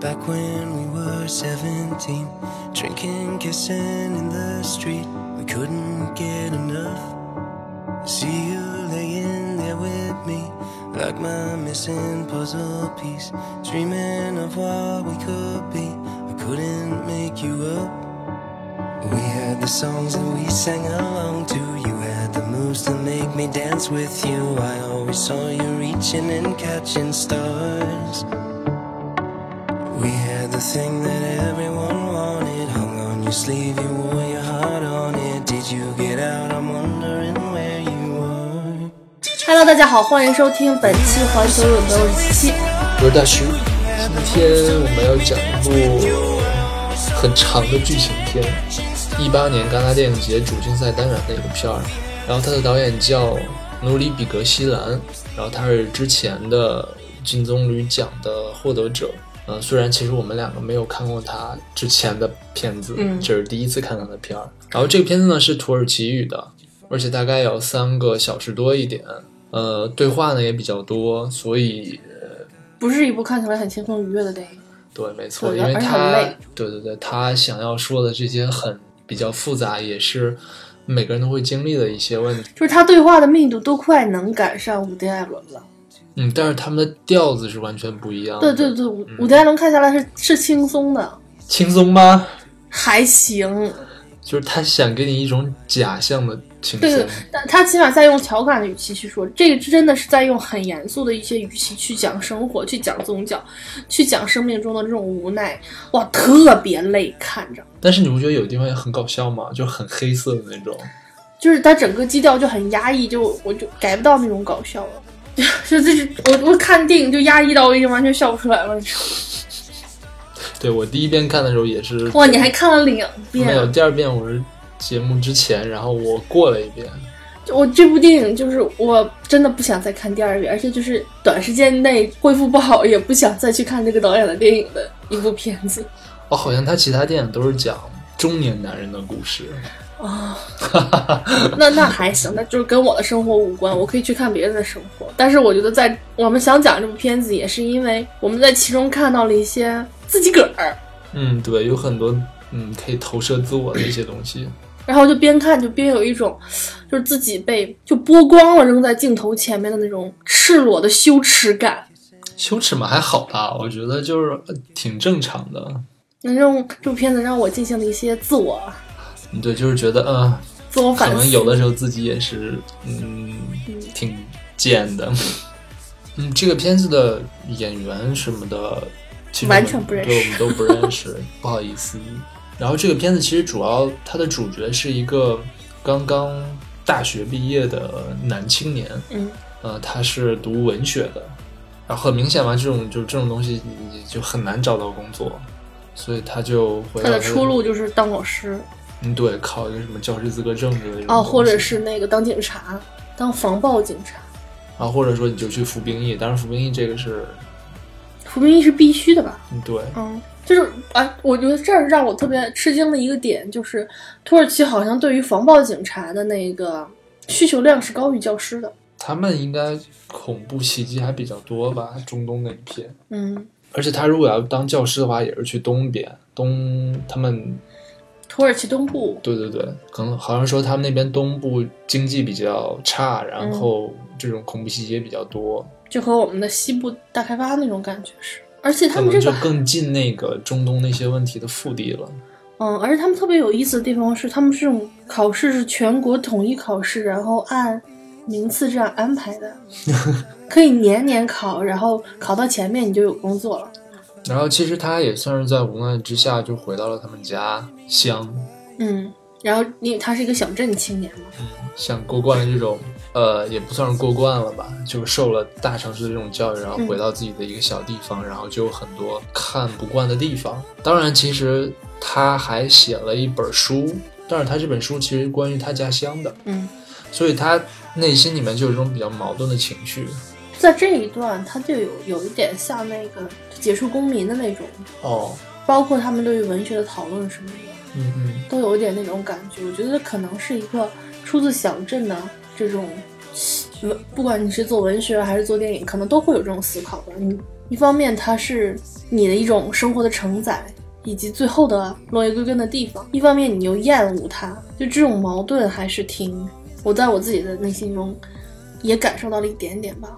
back when we were 17. Drinking, kissing in the street. We couldn't get enough. See you laying there with me. Like my missing puzzle piece. Dreaming of what we could be. I couldn't make you up. We had the songs that we sang along to. You had the moves to make me dance with you. I always saw you reaching and catching stars. We had the thing that everyone wanted. Hung on your sleeve, you wore your heart on it. Did you get out? I'm wondering where you are. Hello，大家好，欢迎收听本期《环球有没有日期》。我是大徐，今天我们要讲一部很长的剧情片，一八年戛纳电影节主竞赛单元的一个片儿。然后它的导演叫努里·比格西兰，然后他是之前的金棕榈奖的获得者。嗯、虽然其实我们两个没有看过他之前的片子，嗯这是第一次看他的片儿。然后这个片子呢是土耳其语的，而且大概有三个小时多一点。呃，对话呢也比较多，所以不是一部看起来很轻松愉悦的电影。对，没错，对因为而且很他累对对对，他想要说的这些很比较复杂，也是每个人都会经历的一些问题。就是他对话的密度都快能赶上伍迪·艾伦了。嗯，但是他们的调子是完全不一样对的。对，对，伍伍迪·艾伦看下来是是轻松的，轻松吗？还行。就是他想给你一种假象的轻对松对。，但他起码在用调侃的语气去说，这个真的是在用很严肃的一些语气去讲生活，去讲宗教，去讲生命中的这种无奈。哇，特别累，看着。但是你不觉得有地方也很搞笑吗？就很黑色的那种。就是他整个基调就很压抑，就我就改不到那种搞笑了。 就这是我我看电影就压抑到我已经完全笑不出来了。对我第一遍看的时候也是， 哇，你还看了两遍 没？有第二遍我是节目之前，然后我过了一遍。我这部电影就是我真的不想再看第二遍，而且就是短时间内恢复不好，也不想再去看这个导演的电影的一部片子哦，好像他其他电影都是讲中年男人的故事。啊。那那还行，那就是跟我的生活无关，我可以去看别人的生活。但是我觉得在我们想讲这部片子，也是因为我们在其中看到了一些自己个儿。嗯，对，有很多嗯可以投射自我的一些东 西。然后就边看就边有一种，就是自己被就剥光了扔在镜头前面的那种赤裸的羞耻感，羞耻嘛，还好吧，我觉得就是呃挺正常的。能让这部片子让我进行了一些自我嗯对，就是觉得嗯，自我可反能思。有的时候自己也是嗯挺贱的。嗯，这个片子的演员什么的，其实我们完全不认识对，我们都不 认识，不好意思。然后这个片子其实主要它的主角是一个刚刚大学毕业的男青年，嗯，呃，他是读文学的，然后很明显嘛，这种就这种东西你就很难找到工作，所以他就回他到的出路，就是当老师嗯，对，考一个什么教师资格证之类的这种哦，或者东西是那个当警察，当防暴警察，啊，或者说你就去服兵役，当然服兵役这个是，服兵役是必须的吧？嗯，对，嗯，就是哎，我觉得这儿让我特别吃惊的一个点就是，土耳其好像对于防暴警察的那个需求量是高于教师的。他们应该恐怖袭击还比较多吧，中东那一片，嗯，而且他如果要当教师的话，也是去东边，东他们土耳其东部对对对，可能好像说他们那边东部经济比较差，嗯然后这种恐怖袭击也比较多，就和我们的西部大开发那种感觉是，而且他可们能这就个，更近那个中东那些问题的腹地了。嗯，而且他们特别有意思的地方是，他们这种考试是全国统一考试，然后按名次这样安排 的，可以年年考，然后考到前面你就有工作了。然后其实他也算是在无奈之下就回到了他们家乡，嗯，然后因为他是一个小镇青年嘛，想过惯了这种，呃，也不算是过惯了吧，就是受了大城市的这种教育，然后嗯回到自己的一个小地方，然后就有很多看不惯的地方。当然，其实他还写了一本书，但是他这本书其实关于他家乡的，嗯，所以他内心里面就有一种比较矛盾的情绪。在这一段他就有有一点像那个杰出公民的那种，哦，包括他们对于文学的讨论什么的。嗯嗯，都有一点那种感觉。我觉得可能是一个出自小镇的这种文，不管你是做文学还是做电影，可能都会有这种思考吧。你一方面它是你的一种生活的承载，以及最后的落叶归根的地方；一方面你又厌恶它，就这种矛盾还是挺……我在我自己的内心中也感受到了一点点吧，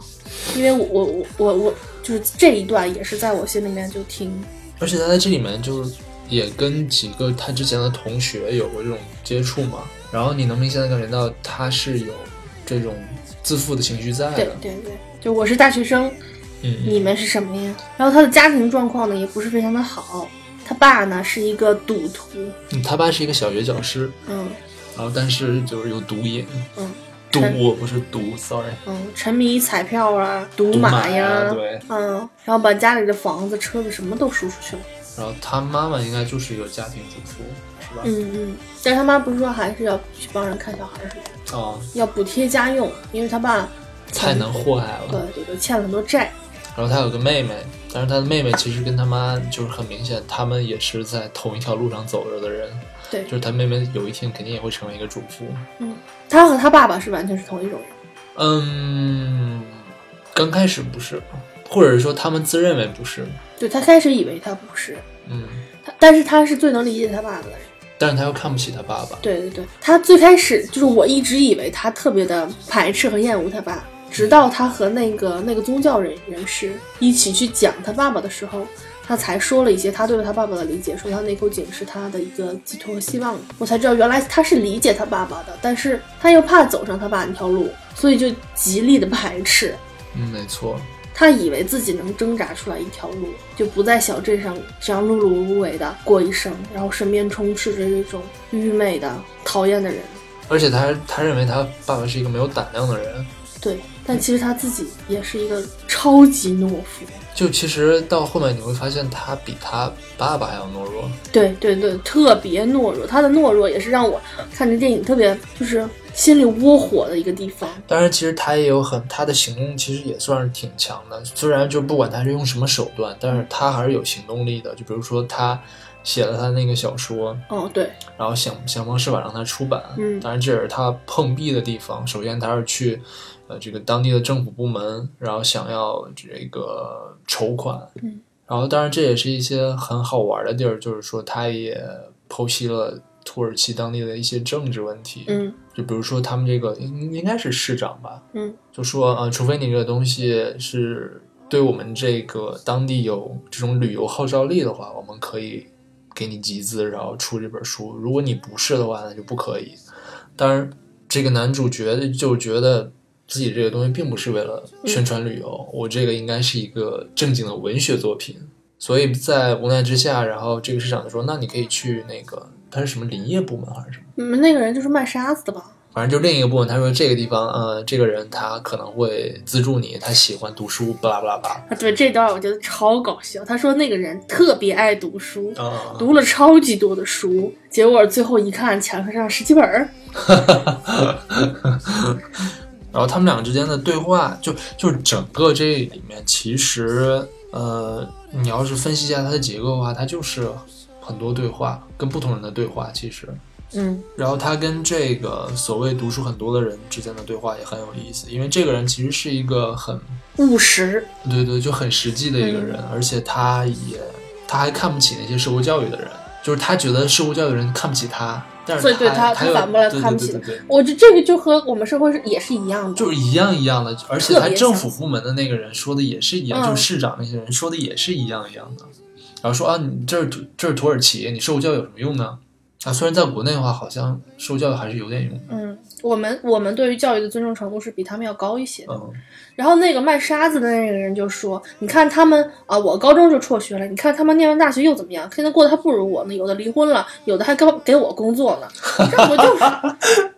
因为我我我我我就是这一段也是在我心里面就挺而且他在这里面就也跟几个他之前的同学有过这种接触嘛，然后你能明显的感觉到他是有这种自负的情绪在对的，对对，就我是大学生，嗯，你们是什么呀？然后他的家庭状况呢也不是非常的好，他爸呢是一个赌徒，嗯他爸是一个小学教师，嗯然后但是就是有毒瘾，嗯赌嗯不是毒，sorry，嗯，沉迷彩票啊，赌赌马呀，呀对嗯，然后把家里的房子、车子什么都输出去了，然后他妈妈应该就是一个家庭主妇，是吧？嗯嗯，但是他妈不是说还是要去帮人看小孩儿什么的，哦，要补贴家用，因为他爸太欠能祸害对了。对对，欠了很多债，然后他有个妹妹，但是他的妹妹其实跟他妈就是很明显，他们也是在同一条路上走着的人，对就，是他妹妹有一天肯定也会成为一个主妇。嗯，他和他爸爸是完全是同一种人，嗯，刚开始不是，或者是说他们自认为不是，对他开始以为他不是，嗯，他但是他是最能理解他爸爸的人。但是他又看不起他爸爸，对对对，他最开始就是我一直以为他特别的排斥和厌恶他爸，直到他和那个那个宗教人人士一起去讲他爸爸的时候，他才说了一些他对他爸爸的理解，说他哎那口井是他的一个寄托和希望。我才知道原来他是理解他爸爸的，但是他又怕走上他爸那条路，所以就极力的排斥。嗯，没错，他以为自己能挣扎出来一条路，就不在小镇上这样碌碌无为的过一生，然后身边充斥着这种愚昧的、讨厌的人。而且他他认为他爸爸是一个没有胆量的人，对，但其实他自己也是一个超级懦夫。就其实到后面你会发现他比他爸爸还要懦弱，对对对，特别懦弱。他的懦弱也是让我看这电影特别就是心里窝火的一个地方。当然，其实他也有很他的行动，其实也算是挺强的。虽然就不管他是用什么手段，但是他还是有行动力的。就比如说他写了他那个小说，嗯，对，然后想想方设法让它出版。嗯当然这也是他碰壁的地方。首先他是去呃这个当地的政府部门，然后想要这个筹款。嗯，然后当然这也是一些很好玩的地儿，就是说他也剖析了土耳其当地的一些政治问题。嗯就比如说他们这个应应该是市长吧，嗯，就说啊、呃除非你这个东西是对我们这个当地有这种旅游号召力的话，我们可以给你集资，然后出这本书。如果你不是的话，那就不可以。当然，这个男主角就觉得自己这个东西并不是为了宣传旅游，我这个应该是一个正经的文学作品。所以在无奈之下，然后这个市长就说：“那你可以去那个，他是什么林业部门还是什么？”嗯，那个人就是卖沙子的吧？反正就另一个部分，他说这个地方，呃，这个人他可能会资助你，他喜欢读书，巴拉巴拉巴啊，对，这段我觉得超搞笑。他说那个人特别爱读书，拉。啊，读了超级多的书，结果最后一看墙上十几本儿。 然后他们俩之间的对话，就就是整个这里面，其实，呃，你要是分析一下它的结构的话，它就是很多对话，跟不同人的对话，其实。嗯然后他跟这个所谓读书很多的人之间的对话也很有意思，因为这个人其实是一个很务实，对对，就很实际的一个嗯人，而且他也他还看不起那些受过教育的人，就是他觉得受过教育的人看不起他，但是所以对他他他又反过来对看不对起对对对我觉得这个就和我们社会是也是一样的。就是一样一样的，而且特他别政相府似部门的那个人说的也是一样，嗯就是市长那些人说的也是一样一样的，然后说啊，你这是土这是土耳其，你受过教育有什么用呢？啊，虽然在国内的话，好像受教育还是有点用的，嗯，我们我们对于教育的尊重程度是比他们要高一些的。嗯，然后那个卖沙子的那个人就说：“你看他们啊，我高中就辍学了，你看他们念完大学又怎么样？现在过得还不如我呢，有的离婚了，有的还给我给我工作呢，这不就是，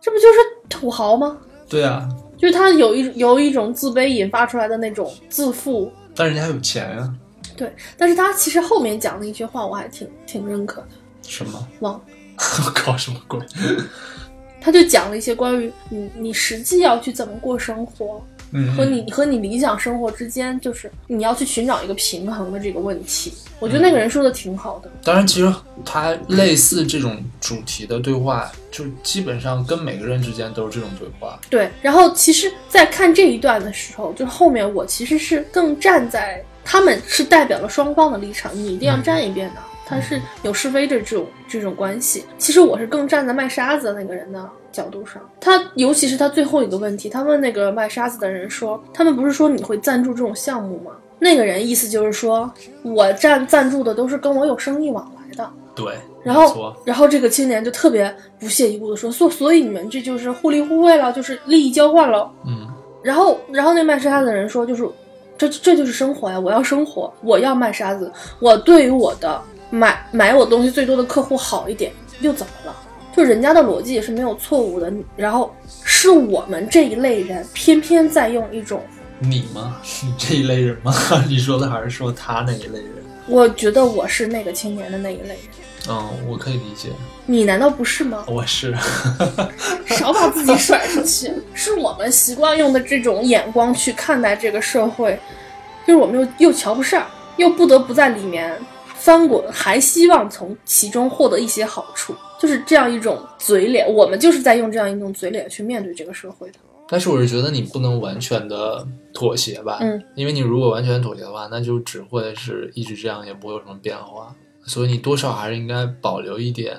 这不就是土豪吗？对啊，就是他有一有一种自卑引发出来的那种自负，但人家有钱呀、啊对。但是他其实后面讲的一句话，我还挺挺认可的，什么？ 忘了。”我靠，什么鬼？他就讲了一些关于你你实际要去怎么过生活，嗯和你和你理想生活之间，就是你要去寻找一个平衡的这个问题。我觉得那个人说的挺好的，当然，其实它类似这种主题的对话，就基本上跟每个人之间都是这种对话。对。然后其实，在看这一段的时候，就是后面我其实是更站在他们是代表了双方的立场，你一定要站一边的。他是有是非的这种这种关系。其实我是更站在卖沙子的那个人的角度上。他尤其是他最后一个问题，他问那个卖沙子的人说：“他们不是说你会赞助这种项目吗？”那个人意思就是说，我赞赞助的都是跟我有生意往来的。对，然没后错，然后这个青年就特别不屑一顾的说：“所所以你们这就是互利互惠了，就是利益交换了。嗯，”然后，然后那卖沙子的人说：“就是，这这就是生活呀！我要生活，我要卖沙子，我对于我的买买我东西最多的客户好一点，又怎么了？就人家的逻辑也是没有错误的。然后是我们这一类人偏偏在用一种，你吗？你这一类人吗？ 你说的还是说他那一类人？我觉得我是那个青年的那一类人，嗯，我可以理解，你难道不是吗？”哦我是。少把自己甩出去，是我们习惯用的这种眼光去看待这个社会，就是我们又又瞧不上，又不得不在里面翻滚，还希望从其中获得一些好处，就是这样一种嘴脸，我们就是在用这样一种嘴脸去面对这个社会的。但是我是觉得你不能完全的妥协吧，嗯，因为你如果完全妥协的话，那就只会是一直这样，也不会有什么变化。所以你多少还是应该保留一点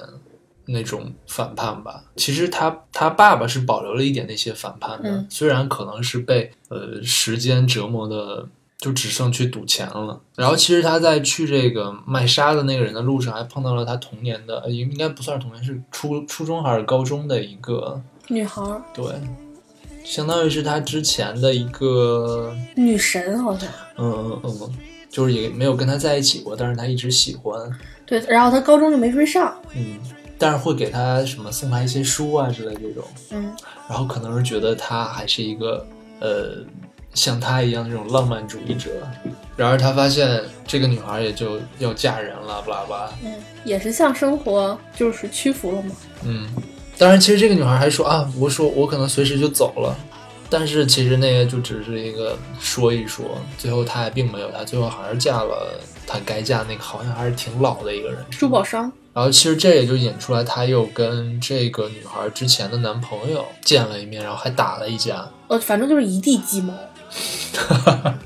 那种反叛吧。其实他他爸爸是保留了一点那些反叛的，嗯虽然可能是被呃时间折磨的，就只剩去赌钱了。然后其实他在去这个卖沙的那个人的路上，还碰到了他童年的，呃应应该不算是童年，是初初中还是高中的一个女孩儿，对，相当于是他之前的一个，女神好像嗯嗯嗯，就是也没有跟他在一起过，但是他一直喜欢，对，然后她高中就没追上，嗯，但是会给他什么送他一些书啊之类这种，嗯，然后可能是觉得他还是一个，呃，像他一样这种浪漫主义者，然而他发现这个女孩也就要嫁人了，不拉不拉，嗯，也是向生活就是屈服了嘛。嗯，当然，其实这个女孩还说啊，我说我可能随时就走了，但是其实那个就只是一个说一说，最后她也并没有，她最后还是嫁了她该嫁那个好像还是挺老的一个人。珠宝商，然后其实这也就引出来，她又跟这个女孩之前的男朋友见了一面，然后还打了一架。呃，反正就是一地鸡毛。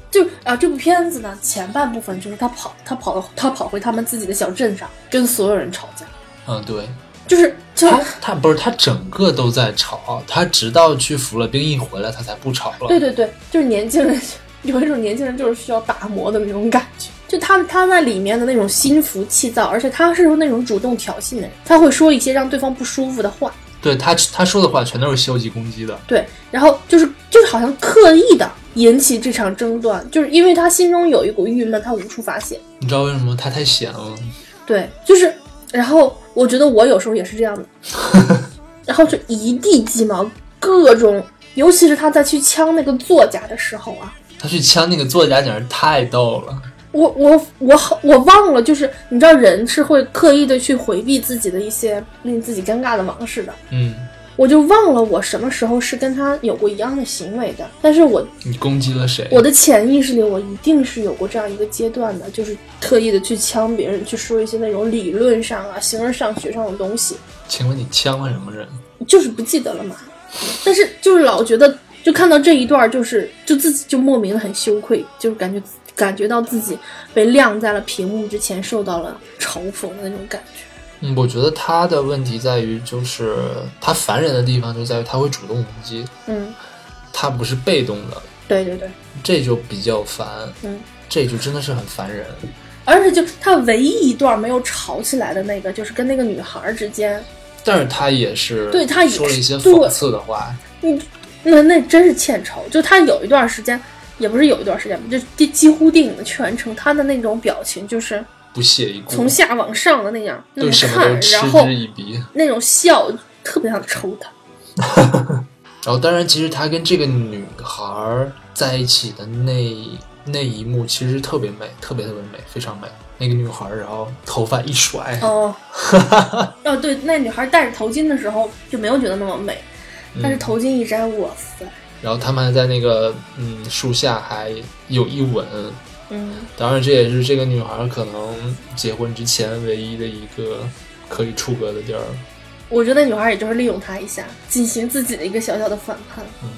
就啊，这部片子呢，前半部分就是他跑，他跑到他跑回他们自己的小镇上，跟所有人吵架，嗯，对，就是就她她不是她整个都在吵，她直到去服了兵役回来，她才不吵了。对对对，就是年轻人 有一种年轻人就是需要打磨的那种感觉，就他他在里面的那种心浮气躁，而且他是那种主动挑衅的人，他会说一些让对方不舒服的话，对她她说的话全都是消极攻击的。对，然后就是就是好像刻意的引起这场争端，就是因为他心中有一股郁闷，他无处发泄，你知道为什么她太闲了？对，就是，然后我觉得我有时候也是这样的，然后就一地鸡毛，各种，尤其是他在去呛那个作家的时候啊，他去枪那个作家简直太逗了。我我我好我忘了，就是你知道人是会刻意的去回避自己的一些令自己尴尬的往事的，嗯，我就忘了我什么时候是跟他有过一样的行为的，但是我你攻击了谁？我的潜意识里，我一定是有过这样一个阶段的，就是特意的去呛别人，去说一些那种理论上啊、形而上学上的东西。请问你枪了什么人？就是不记得了嘛。但是就是老觉得，就看到这一段儿，就是就自己就莫名的很羞愧，就是感觉感觉到自己被晾在了屏幕之前，受到了嘲讽的那种感觉。嗯，我觉得他的问题在于，就是他烦人的地方就在于他会主动攻击，嗯，他不是被动的，对对对，这就比较烦。嗯，这就真的是很烦人。而且就他唯一一段没有吵起来的那个，就是跟那个女孩儿之间，但是他也是对他也说了一些是对讽刺的话，那那真是欠抽。就他有一段时间，也不是有一段时间吧，就几几乎电影的全程，他的那种表情就是不屑一顾，从下往上的那样那对么什么看都，嗤然后之以鼻。那种笑，特别想抽他。然后，哦当然，其实他跟这个女孩儿在一起的那那一幕，其实特别美，特别特别美，非常美。那个女孩儿，然后头发一甩，哦， 哦，嗯对，那女孩戴着头巾的时候就没有觉得那么美，但是头巾一摘，哇塞， 然后他们还在那个嗯树下还有一吻。嗯，当然，这也是这个女孩可能结婚之前唯一的一个可以处个的地儿。 我觉得女孩也就是利用他一下，进行自己的一个小小的反叛。嗯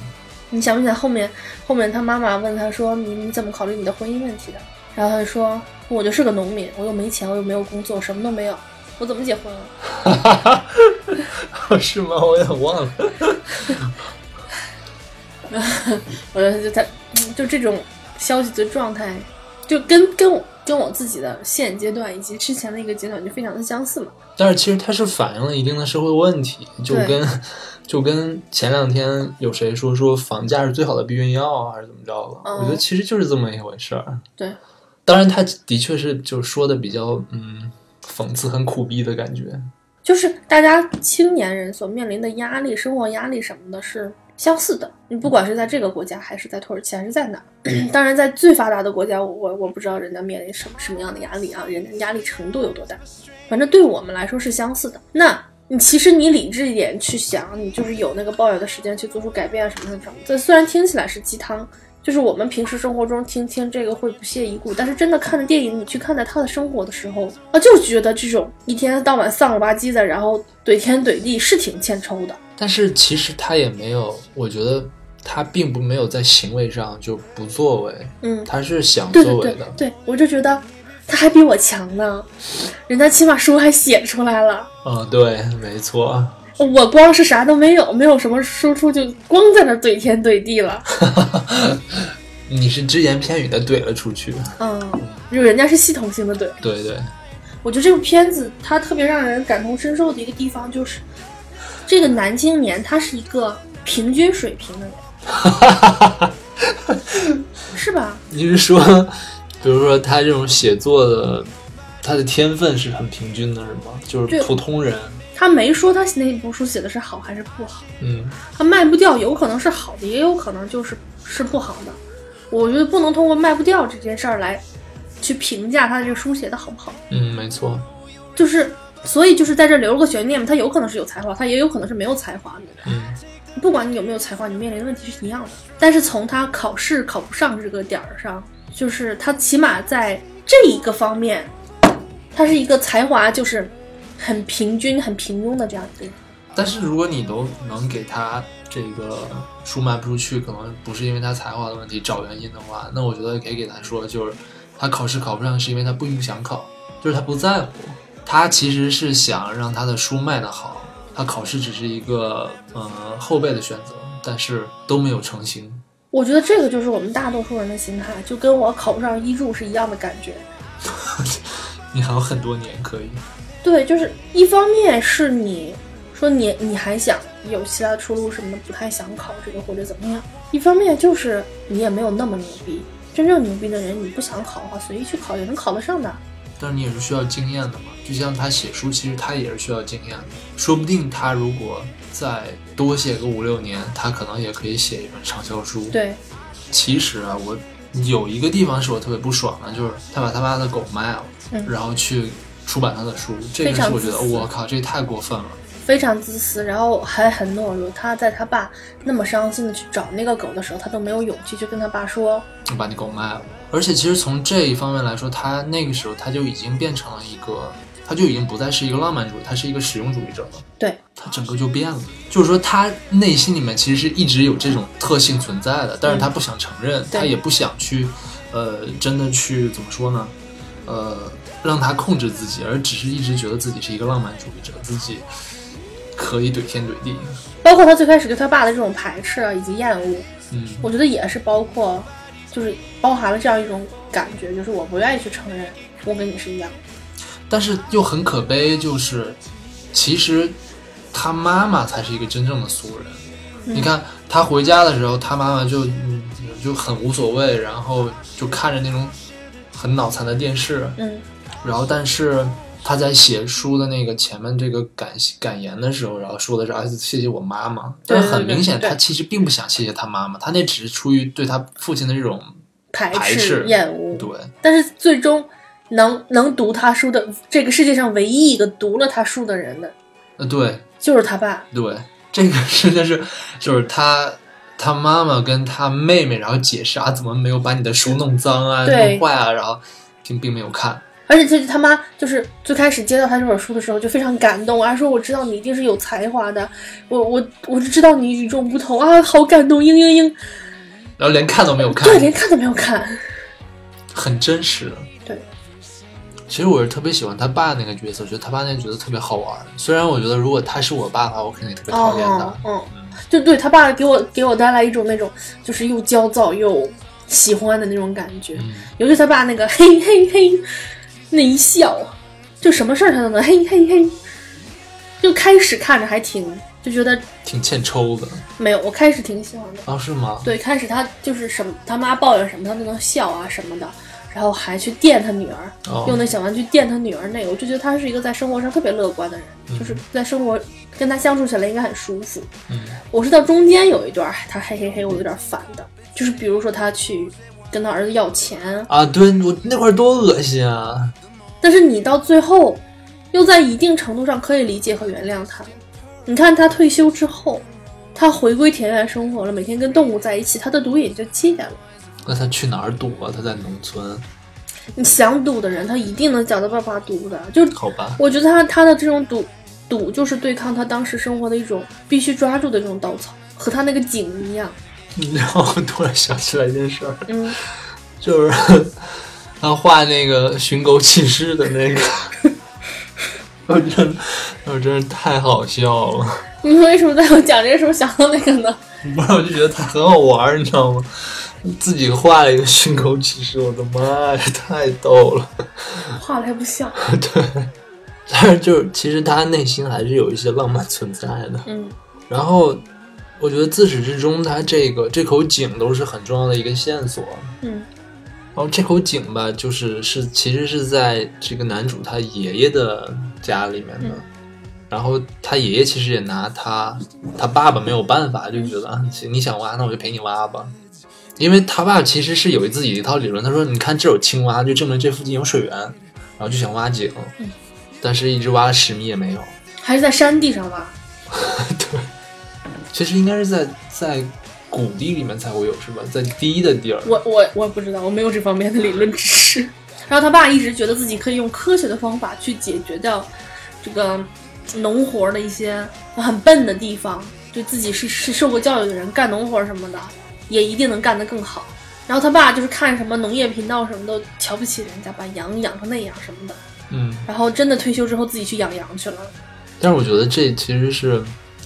你想不想后面后面他妈妈问他说你你怎么考虑你的婚姻问题的？然后他说我就是个农民，我又没钱，我又没有工作，什么都没有，我怎么结婚啊？是吗？我也忘了。我觉得就他嗯就这种消极的状态，就跟跟我跟我自己的现阶段以及之前的一个阶段就非常的相似嘛。但是其实它是反映了一定的社会问题，就对跟就跟前两天有谁说说房价是最好的避孕药啊还是怎么着了？嗯我觉得其实就是这么一回事儿。对，当然，他的确是就说的比较嗯讽刺、很苦逼的感觉。就是大家青年人所面临的压力、生活压力什么的，是相似的。你不管是在这个国家，还是在土耳其，还是在哪儿，当然在最发达的国家，我我我不知道人家面临什么什么样的压力啊，人家压力程度有多大。反正对我们来说是相似的。那你其实你理智一点去想，你就是有那个抱怨的时间去做出改变啊什么什么。这虽然听起来是鸡汤，就是我们平时生活中听听这个会不屑一顾，但是真的看着电影，你去看待他的生活的时候，啊，就是觉得这种一天到晚丧了吧唧的，然后怼天怼地是挺欠抽的。但是其实他也没有，我觉得他并不没有在行为上就不作为，嗯，他是想对对作为对的。对，我就觉得他还比我强呢，人家起码书还写出来了。嗯，对，没错。 我光是啥都没有，没有什么输出，就光在那儿怼天怼地了。你是只言片语的怼了出去。嗯，就人家是系统性的怼。对对，我觉得这部片子它特别让人感同身受的一个地方就是，这个男青年他是一个平均水平的人，是吧？ 你是说，比如说他这种写作的，他的天分是很平均的，是吗？就是对普通人。他没说他那部书写的是好还是不好，嗯，他卖不掉，有可能是好的，也有可能就是是不好的。我觉得不能通过卖不掉这件事儿来去评价他的这个书写的好不好，嗯，没错，就是所以就是在这留了个悬念嘛，他有可能是有才华，他也有可能是没有才华的。嗯，不管你有没有才华，你面临的问题是一样的。但是从他考试考不上这个点儿上，就是他起码在这一个方面，他是一个才华就是很平均、很平庸的这样一个人。但是如果你都能给他这个书卖不出去，可能不是因为他才华的问题找原因的话，那我觉得可以给他说，就是他考试考不上是因为他并不想考，就是他不在乎，他其实是想让他的书卖得好，他考试只是一个呃后备的选择，但是都没有成型。我觉得这个就是我们大多数人的心态，就跟我考不上医助是一样的感觉。你还有很多年可以。对，就是一方面是你说你你还想有其他的出路什么的，不太想考这个或者怎么样；一方面就是你也没有那么牛逼。真正牛逼的人，你不想考的话，随意去考也能考得上的。但是你也是需要经验的嘛。就像他写书，其实他也是需要经验的。说不定他如果再多写个五六年，他可能也可以写一本畅销书。，对，其实啊，我有一个地方是我特别不爽的，就是他把他妈的狗卖了，嗯然后去出版他的书，这个非常是我觉得自私我靠，这太过分了。非常自私，然后还很懦弱。他在他爸那么伤心的去找那个狗的时候，他都没有勇气去跟他爸说。我把你狗卖了。而且其实从这一方面来说，他那个时候他就已经变成了一个，他就已经不再是一个浪漫主义，他是一个实用主义者了。对，他整个就变了，就是说他内心里面其实是一直有这种特性存在的，但是他不想承认，对他也不想去，呃，真的去怎么说呢？呃，让他控制自己，而只是一直觉得自己是一个浪漫主义者，自己可以怼天怼地。包括他最开始对他爸的这种排斥啊，以及厌恶，嗯，我觉得也是包括，就是包含了这样一种感觉，就是我不愿意去承认我跟你是一样的。但是又很可悲，就是其实他妈妈才是一个真正的俗人。嗯你看他回家的时候，他妈妈就嗯就很无所谓，然后就看着那种很脑残的电视，嗯，然后但是他在写书的那个前面这个感感言的时候，然后说的是啊谢谢我妈妈，但是很明显对对对他其实并不想谢谢他妈妈，他那只是出于对他父亲的这种排斥、排斥厌恶，对。但是最终能能读他书的，这个世界上唯一一个读了他书的人的，呃，对，就是他爸。对，这个真的是，就是他，他妈妈跟他妹妹，然后解释啊，怎么没有把你的书弄脏啊、对弄坏啊，然后并并没有看。而且这他妈就是最开始接到他这本书的时候就非常感动，啊还说我知道你一定是有才华的，我我我知道你与众不同啊，好感动，嘤嘤嘤，然后连看都没有看，对，连看都没有看，很真实。对，其实我是特别喜欢他爸那个角色，我觉得他爸那个角色特别好玩。虽然我觉得如果他是我爸的话，我肯定特别讨厌他。哦，嗯，就对他爸给我给我带来一种那种就是又焦躁又喜欢的那种感觉，嗯，尤其他爸那个嘿嘿嘿那一笑，就什么事儿他都能嘿嘿嘿，就开始看着还挺就觉得挺欠抽的。没有，我开始挺喜欢的。哦，是吗？对，开始他就是什么，他妈抱怨什么，他都能笑啊什么的，然后还去电他女儿，哦用那小玩具电他女儿那个，我就觉得他是一个在生活上特别乐观的人，就是在生活跟他相处起来应该很舒服。嗯我是到中间有一段儿他嘿嘿嘿，我有点烦的，就是比如说他去跟他儿子要钱，啊，对我那块儿多恶心啊！但是你到最后又在一定程度上可以理解和原谅他。你看他退休之后，他回归田园生活了，每天跟动物在一起，他的毒瘾就戒了。那他去哪儿赌啊？他在农村，你想赌的人，他一定能找到办法赌的。就好吧？ 我觉得他他的这种赌赌，就是对抗他当时生活的一种必须抓住的这种稻草，和他那个井一样。然后我突然想起来一件事儿，嗯，就是他画那个寻狗启事的那个，我真，我真是太好笑了。你为什么在我讲这个时候想到那个呢？不是，我就觉得他很好玩儿，你知道吗？自己画了一个寻狗启事，我的妈呀，太逗了。画的还不像。对，但是就是其实他内心还是有一些浪漫存在的。嗯然后我觉得自始至终，他这个这口井都是很重要的一个线索。嗯然后哦这口井吧，就是是其实是在这个男主他爷爷的家里面的。嗯然后他爷爷其实也拿他他爸爸没有办法，就觉得啊，你想挖，那我就陪你挖吧。因为他爸其实是有自己一套理论，他说你看这有青蛙，就证明这附近有水源，然后就想挖井，嗯但是一直挖了十米也没有。 还是在山地上吧。对，其实应该是在在谷地里面才会有，是吧？在低的地儿，我我我不知道，我没有这方面的理论知识。 然后他爸一直觉得自己可以用科学的方法去解决掉这个农活的一些很笨的地方，就自己是是受过教育的人，干农活什么的也一定能干得更好。然后他爸就是看什么农业频道什么都瞧不起人家，把羊养成那样什么的。嗯。然后真的退休之后自己去养羊去了。但是我觉得这其实是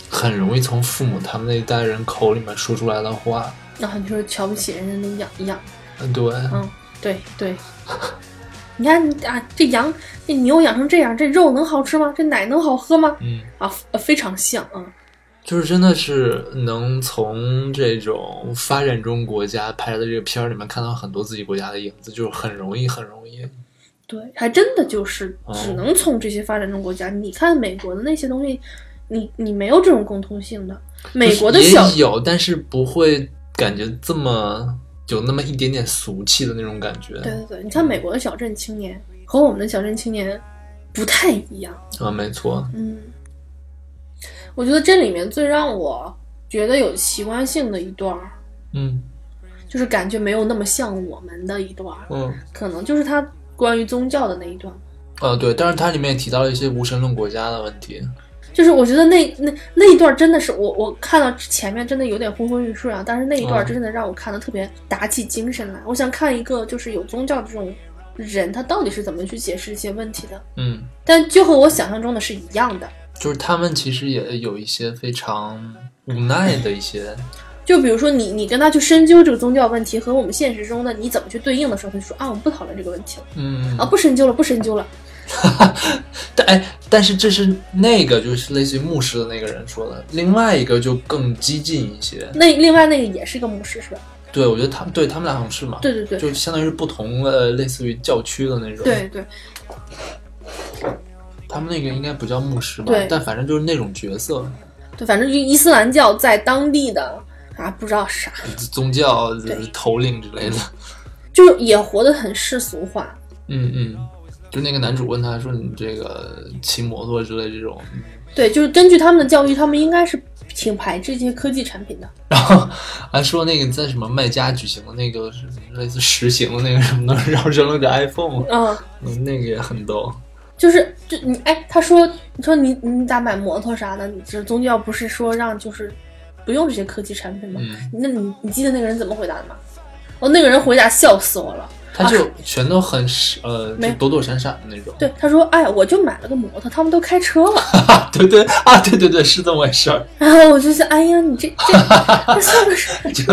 很容易从父母他们那一代人口里面说出来的话。然后你说瞧不起人家那养养，嗯，对，嗯，对对。你看啊，这羊这牛养成这样，这肉能好吃吗？这奶能好喝吗？嗯，啊，呃非常像啊。就是真的是能从这种发展中国家拍的这个片儿里面看到很多自己国家的影子，就是很容易，很容易。对，还真的就是哦只能从这些发展中国家。你看美国的那些东西，你你没有这种共通性的。美国的就是小也有，但是不会感觉这么有那么一点点俗气的那种感觉。对对对，你看美国的小镇青年和我们的小镇青年不太一样。啊，没错，嗯，我觉得这里面最让我觉得有奇观性的一段儿，嗯就是感觉没有那么像我们的一段儿，嗯。可能就是他关于宗教的那一段。啊，对，但是它里面也提到了一些无神论国家的问题。就是我觉得那那那一段真的是我我看到前面真的有点昏昏欲睡啊，但是那一段嗯真的让我看的特别打起精神来。我想看一个就是有宗教的这种人，他到底是怎么去解释一些问题的，嗯，但就和我想象中的是一样的。就是他们其实也有一些非常无奈的一些，就比如说你你跟他去深究这个宗教问题和我们现实中的你怎么去对应的时候，他就说啊我们不讨论这个问题了嗯啊，不深究了不深究了，但哎，但是这是那个就是类似于牧师的那个人说的，另外一个就更激进一些。那另外那个也是个牧师是吧？对，我觉得他们对他们俩好像是嘛，对对对就相当于是不同的类似于教区的那种。，对对他们那个应该不叫牧师吧对？但反正就是那种角色，对，反正就伊斯兰教在当地的啊不知道啥，宗教对头领之类的。就是也活得很世俗化。嗯嗯，就那个男主问他说：“你这个骑摩托之类这种，对，就是根据他们的教育，他们应该是比挺排斥这些科技产品的。然后还说那个在什么卖家举行的那个是类似实行的那个什么的，然后扔了个 iPhone，嗯，嗯那个也很逗。就是就你哎，他说你说你你咋买摩托啥的？你这宗教不是说让就是不用这些科技产品吗？嗯，那你你记得那个人怎么回答的吗？哦，那个人回答笑死我了。他就全都很是呃，没就有躲躲闪闪的那种。对，他说：“哎，我就买了个摩托，他们都开车了。啊，对对啊，对对对，是这么回事儿。”然后我就想，哎呀，你这这 这算个什么 就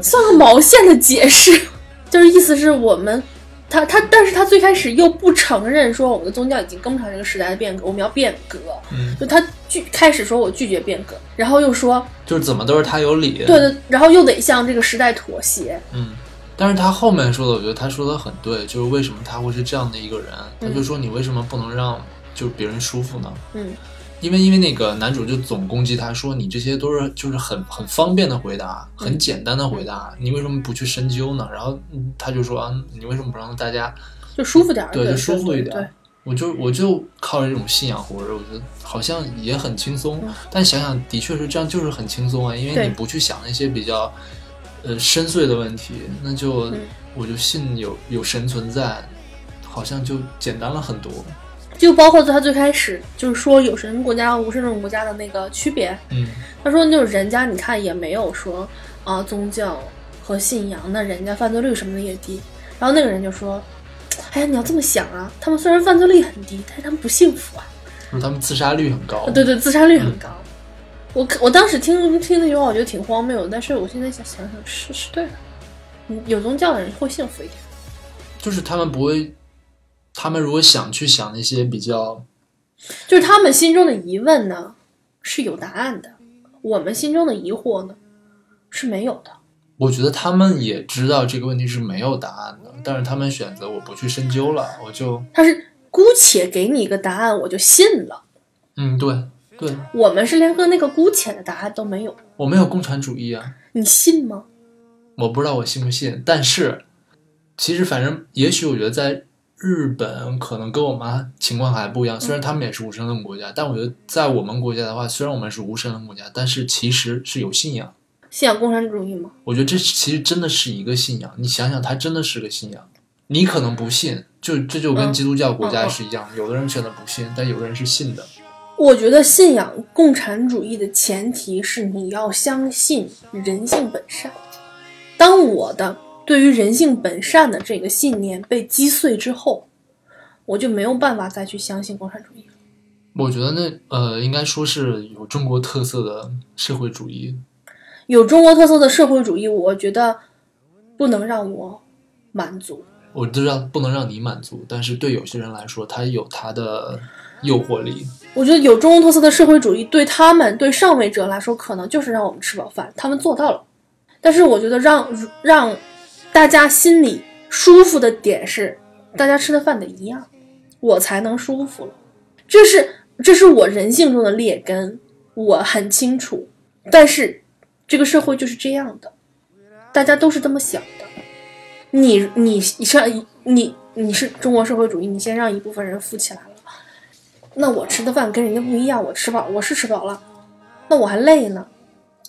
算个毛线的解释， 就是意思是我们，他他，但是他最开始又不承认说我们的宗教已经跟不上这个时代的变革，我们要变革。嗯，就他拒开始说我拒绝变革，然后又说就是怎么都是他有理。对对，然后又得向这个时代妥协。嗯，但是他后面说的，我觉得他说的很对，就是为什么他会是这样的一个人，他嗯就说你为什么不能让就是别人舒服呢？嗯因为因为那个男主就总攻击他说你这些都是就是很很方便的回答，嗯很简单的回答，你为什么不去深究呢？然后嗯他就说啊，你为什么不让大家就舒服点儿，对对，就舒服一对对点？我就我就靠着这种信仰活着，我觉得好像也很轻松。嗯但想想的确是这样，就是很轻松啊，因为对你不去想那些比较呃深邃的问题，那就、嗯我就信有有神存在，好像就简单了很多。就包括他最开始就是说有神论国家和无神论国家的那个区别，嗯他说就是人家你看也没有说啊、宗教和信仰，那人家犯罪率什么的也低。然后那个人就说，哎呀，你要这么想啊，他们虽然犯罪率很低，但是他们不幸福啊，就是他们自杀率很高。对对，自杀率很高。我我当时听听那句话，我觉得挺荒谬的，但是我现在想想想是是对的，嗯有宗教的人会幸福一点。就是他们不会，他们如果想去想那些比较，就是他们心中的疑问呢是有答案的，我们心中的疑惑呢是没有的。我觉得他们也知道这个问题是没有答案的，但是他们选择我不去深究了，我就他是姑且给你一个答案，我就信了。嗯，对对，我们是连个那个姑且的答案都没有，我没有共产主义啊，你信吗？我不知道我信不信，但是其实反正也许我觉得在。日本可能跟我们情况还不一样，虽然他们也是无神论国家，但我觉得在我们国家的话，虽然我们是无神论国家，但是其实是有信仰。信仰共产主义吗？我觉得这其实真的是一个信仰。你想想，它真的是个信仰。你可能不信，就这就跟嗯基督教国嗯家嗯是一样，有的人选择不信，但有的人是信的。我觉得信仰共产主义的前提是你要相信人性本善。当我的对于人性本善的这个信念被击碎之后，我就没有办法再去相信共产主义了。我觉得那呃，应该说是有中国特色的社会主义。有中国特色的社会主义，我觉得不能让我满足。我知道不能让你满足，但是对有些人来说，它有它的诱惑力。我觉得有中国特色的社会主义，对他们对上位者来说，可能就是让我们吃饱饭，他们做到了。但是我觉得让让大家心里舒服的点是，大家吃的饭得一样，我才能舒服了。这是这是我人性中的劣根，我很清楚。但是这个社会就是这样的，大家都是这么想的。你你你上你你是中国社会主义，你先让一部分人富起来了。那我吃的饭跟人家不一样，我吃饱，我是吃饱了，那我还累呢。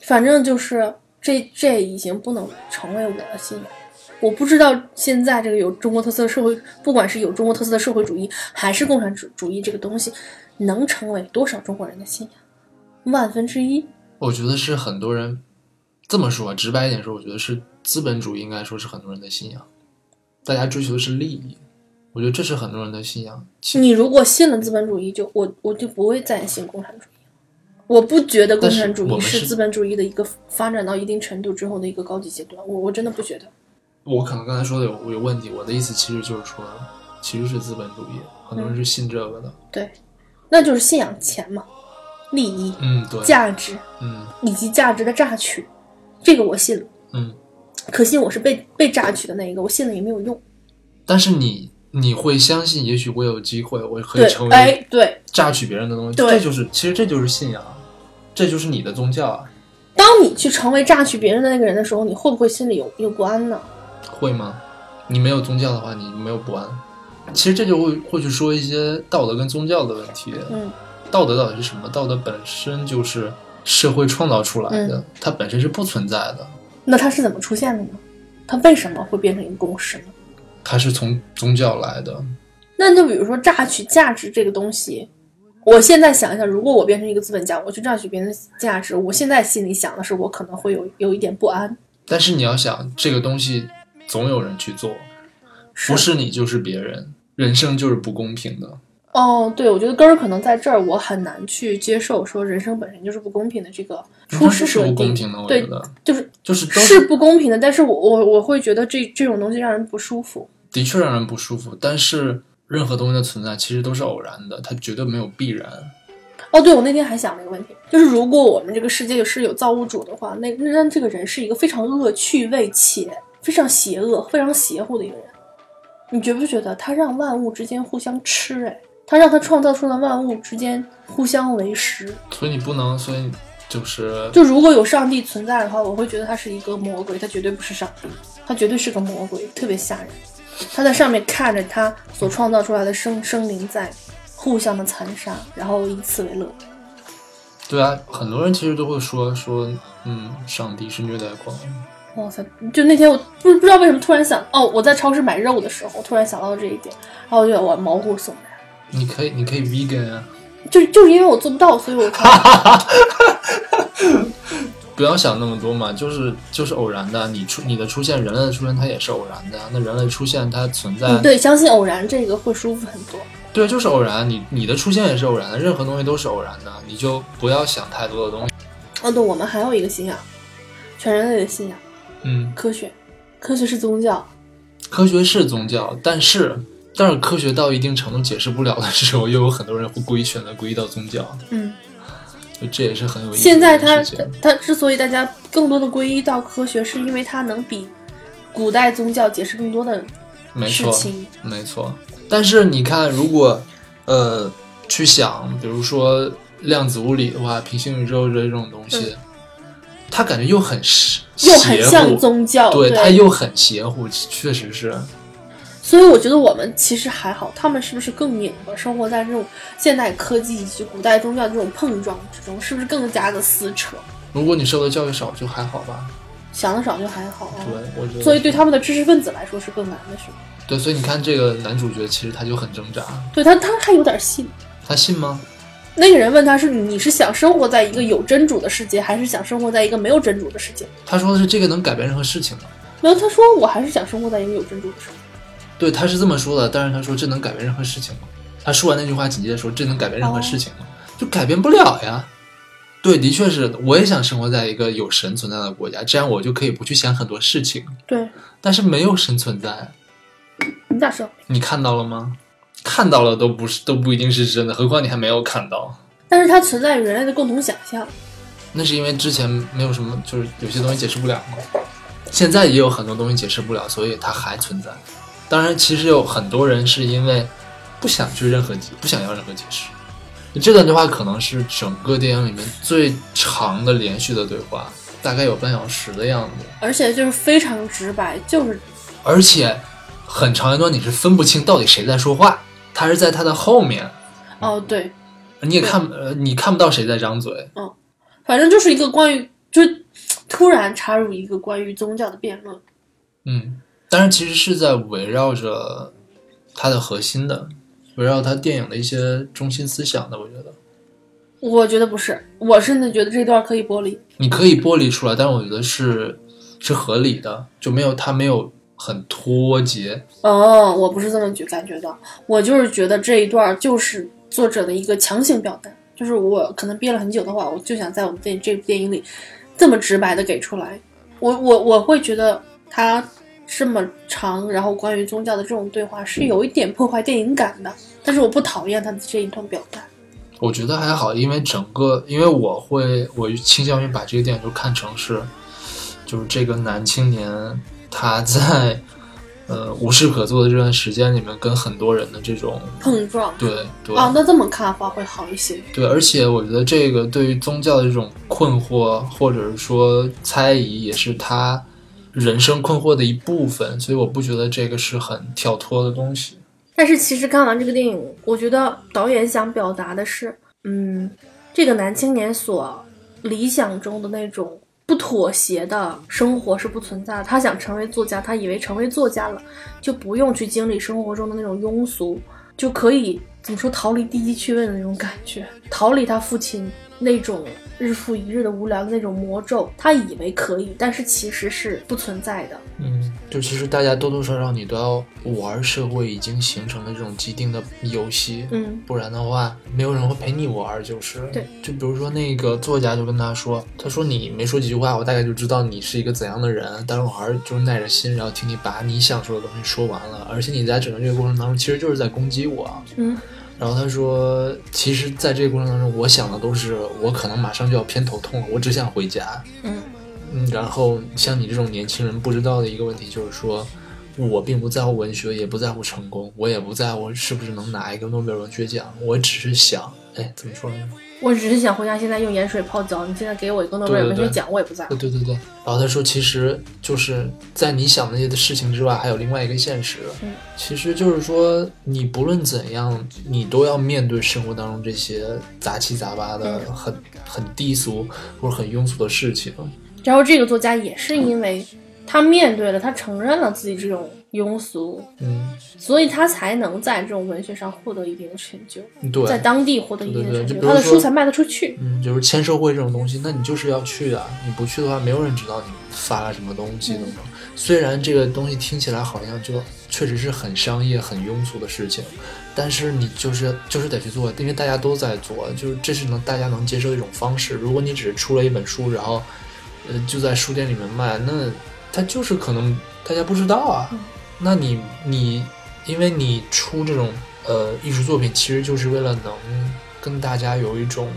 反正就是这这已经不能成为我的信仰。我不知道现在这个有中国特色的社会，不管是有中国特色的社会主义，还是共产主主义这个东西，能成为多少中国人的信仰？万分之一。我觉得是很多人这么说，直白一点说，我觉得是资本主义应该说是很多人的信仰，大家追求的是利益。我觉得这是很多人的信仰。其你如果信了资本主义，就我我就不会再信共产主义。我不觉得共产主但是我义们是是资本主义的一个发展到一定程度之后的一个高级阶段，我我真的不觉得。我可能刚才说的有有问题，我的意思其实就是说，其实是资本主义，很多人是信这个的。对，那就是信仰钱嘛，利益、嗯，对，价值嗯以及价值的榨取，这个我信了。嗯。可惜我是被被榨取的那一个，我信了也没有用。但是你你会相信，也许我有机会，我可对以成，为哎，对，榨取别人的东西。对这就是其实这就是信仰，这就是你的宗教啊，当你去成为榨取别人的那个人的时候，你会不会心里有有不安呢？会吗？你没有宗教的话，你没有不安。其实这就会会去说一些道德跟宗教的问题。嗯道德到底是什么？道德本身就是社会创造出来的，嗯它本身是不存在的，那它是怎么出现的呢？它为什么会变成一个共识呢？它是从宗教来的。那就比如说榨取价值这个东西，我现在想一想，如果我变成一个资本家，我去榨取别人的价值，我现在心里想的是，我可能会有有一点不安。但是你要想，这个东西总有人去做，不是你就是别人，人生就是不公平的。哦，对，我觉得根儿可能在这儿，我很难去接受说人生本身就是不公平的这个初始设是不定。公平的，我觉对，得就是就是都是不公平的，但是我我我会觉得这这种东西让人不舒服。的确让人不舒服。但是任何东西的存在其实都是偶然的，它绝对没有必然。哦，对，我那天还想了一个问题，就是如果我们这个世界是有造物主的话，那那那这个人是一个非常恶趣味且非常邪恶、非常邪乎的一个人。你觉不觉得他让万物之间互相吃？哎，他让他创造出了万物之间互相为食。所以你不能，所以就是就如果有上帝存在的话，我会觉得他是一个魔鬼，他绝对不是上帝，他绝对是个魔鬼，特别吓人。他在上面看着他所创造出来的生生灵在互相的残杀，然后以此为乐。对啊，很多人其实都会说说，嗯，上帝是虐待狂。哇塞！就那天我不不知道为什么突然想，哦，我在超市买肉的时候，突然想到了这一点，然后我就我毛骨悚然，你可以，你可以 vegan 啊，就就是因为我做不到，所以我才不要想那么多嘛，就是就是偶然的。你出你的出现，人类的出现，它也是偶然的。那人类出现，它存在，嗯对相信偶然这个会舒服很多。对就是偶然。你你的出现也是偶然的，任何东西都是偶然的。你就不要想太多的东西。哦，对，我们还有一个信仰，全人类的信仰，嗯，科学，科学是宗教，科学是宗教，但是但是科学到一定程度解释不了的时候，又有很多人会归选择归到宗教，嗯。就这也是很有意思的现在它事情它之所以大家更多的皈依到科学，是因为它能比古代宗教解释更多的没事错，情。没错，但是你看，如果呃去想，比如说量子物理的话，平行宇宙这种东西，它感觉又很是嗯又很像邪乎，宗教，对对，它又很邪乎，确实是。所以我觉得我们其实还好，他们是不是更拧巴，生活在这种现代科技以及古代宗教这种碰撞之中，是不是更加的撕扯？如果你受的教育少，就还好吧。想的少就还好、对啊。，我觉得。所以对他们的知识分子来说是更难的事。对，所以你看这个男主角，其实他就很挣扎。对他，他还有点信。他信吗？那个人问他是：“你是想生活在一个有真主的世界，还是想生活在一个没有真主的世界？”他说的是这个能改变任何事情吗？没有，他说我还是想生活在一个有珍珠的世界。对，他是这么说的，但是他说这能改变任何事情吗？他说完那句话，紧接着说这能改变任何事情吗？就改变不了呀。对，的确是，我也想生活在一个有神存在的国家，这样我就可以不去想很多事情。对，但是没有神存在，你咋说？你看到了吗？看到了都不是，都不一定是真的，何况你还没有看到。但是它存在于人类的共同想象。那是因为之前没有什么，就是有些东西解释不了嘛。现在也有很多东西解释不了，所以它还存在。当然，其实有很多人是因为不想去任何解，不想要任何解释。这段对话可能是整个电影里面最长的连续的对话，大概有半小时的样子，而且就是非常直白，就是而且很长一段你是分不清到底谁在说话，他是在他的后面，哦，对，你也看呃你看不到谁在张嘴。反正就是一个关于，就是突然插入一个关于宗教的辩论。嗯，但是其实是在围绕着它的核心的，围绕它电影的一些中心思想的。我觉得我觉得不是，我甚至觉得这段可以剥离。你可以剥离出来，但是我觉得是是合理的，就没有它没有很脱节。哦，我不是这么觉感觉到，我就是觉得这一段就是作者的一个强行表达，就是我可能憋了很久的话，我就想在我们电这部电影里这么直白的给出来。我我我会觉得他这么长，然后关于宗教的这种对话是有一点破坏电影感的，但是我不讨厌他的这一段表达。我觉得还好，因为整个因为我会我倾向于把这个电影就看成是，就是这个男青年他在呃无事可做的这段时间里面，跟很多人的这种碰撞对对啊，那这么看的话会好一些。对，而且我觉得这个对于宗教的这种困惑，或者是说猜疑，也是他人生困惑的一部分，所以我不觉得这个是很跳脱的东西。但是其实看完这个电影，我觉得导演想表达的是，嗯，这个男青年所理想中的那种不妥协的生活是不存在的。他想成为作家，他以为成为作家了就不用去经历生活中的那种庸俗，就可以怎么说逃离低级趣味的那种感觉，逃离他父亲那种日复一日的无聊的那种魔咒。他以为可以，但是其实是不存在的。嗯，就其实大家多多少少你都要玩社会已经形成了这种既定的游戏，嗯不然的话没有人会陪你玩，就是对。就比如说那个作家就跟他说，他说你没说几句话，我大概就知道你是一个怎样的人，但是我还是就是耐着心，然后听你把你想说的东西说完了，而且你在整个这个过程当中其实就是在攻击我，嗯，然后他说，其实在这个过程当中，我想的都是我可能马上就要偏头痛了，我只想回家。嗯嗯，然后像你这种年轻人不知道的一个问题就是说，我并不在乎文学，也不在乎成功，我也不在乎是不是能拿一个诺贝尔文学奖，我只是想，哎，怎么说来着？我只是想回家，现在用盐水泡澡。你现在给我一个诺贝尔对对文学对奖，我也不在乎对。对对对。然后他说，其实就是在你想那些的事情之外，还有另外一个现实，嗯其实就是说，你不论怎样，你都要面对生活当中这些杂七杂八的、嗯很很低俗或者很庸俗的事情。然后这个作家也是因为他面对了，他承认了自己这种庸俗，嗯，所以他才能在这种文学上获得一定的成就，对。在当地获得一定的对对成对就就，比如他的书说才卖得出去。嗯，就是签售会这种东西，那你就是要去的，你不去的话，没有人知道你发了什么东西的嘛。虽然这个东西听起来好像就确实是很商业、很庸俗的事情，但是你就是就是得去做，因为大家都在做，就是这是能大家能接受的一种方式。如果你只是出了一本书，然后呃就在书店里面卖，那它就是可能大家不知道啊。嗯那你你因为你出这种呃艺术作品，其实就是为了能跟大家有一种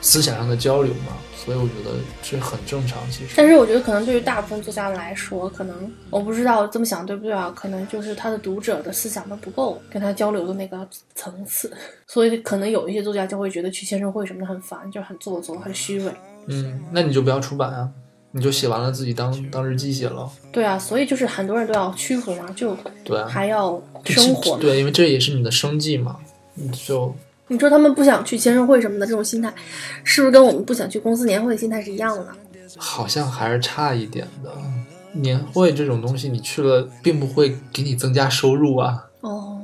思想上的交流嘛，所以我觉得这很正常。其实，但是我觉得，可能对于大部分作家来说，可能我不知道这么想对不对啊？可能就是他的读者的思想都不够跟他交流的那个层次， 所以可能有一些作家就会觉得去签售会什么的很烦，就很做作、很虚伪。嗯，那你就不要出版啊，你就写完了自己当当日记写了，对啊，所以就是很多人都要屈服嘛，就对啊，还要生活嘛。对，因为这也是你的生计嘛，你就你说他们不想去签售会什么的这种心态，是不是跟我们不想去公司年会的心态是一样的呢？好像还是差一点的。嗯年会这种东西，你去了并不会给你增加收入啊。哦，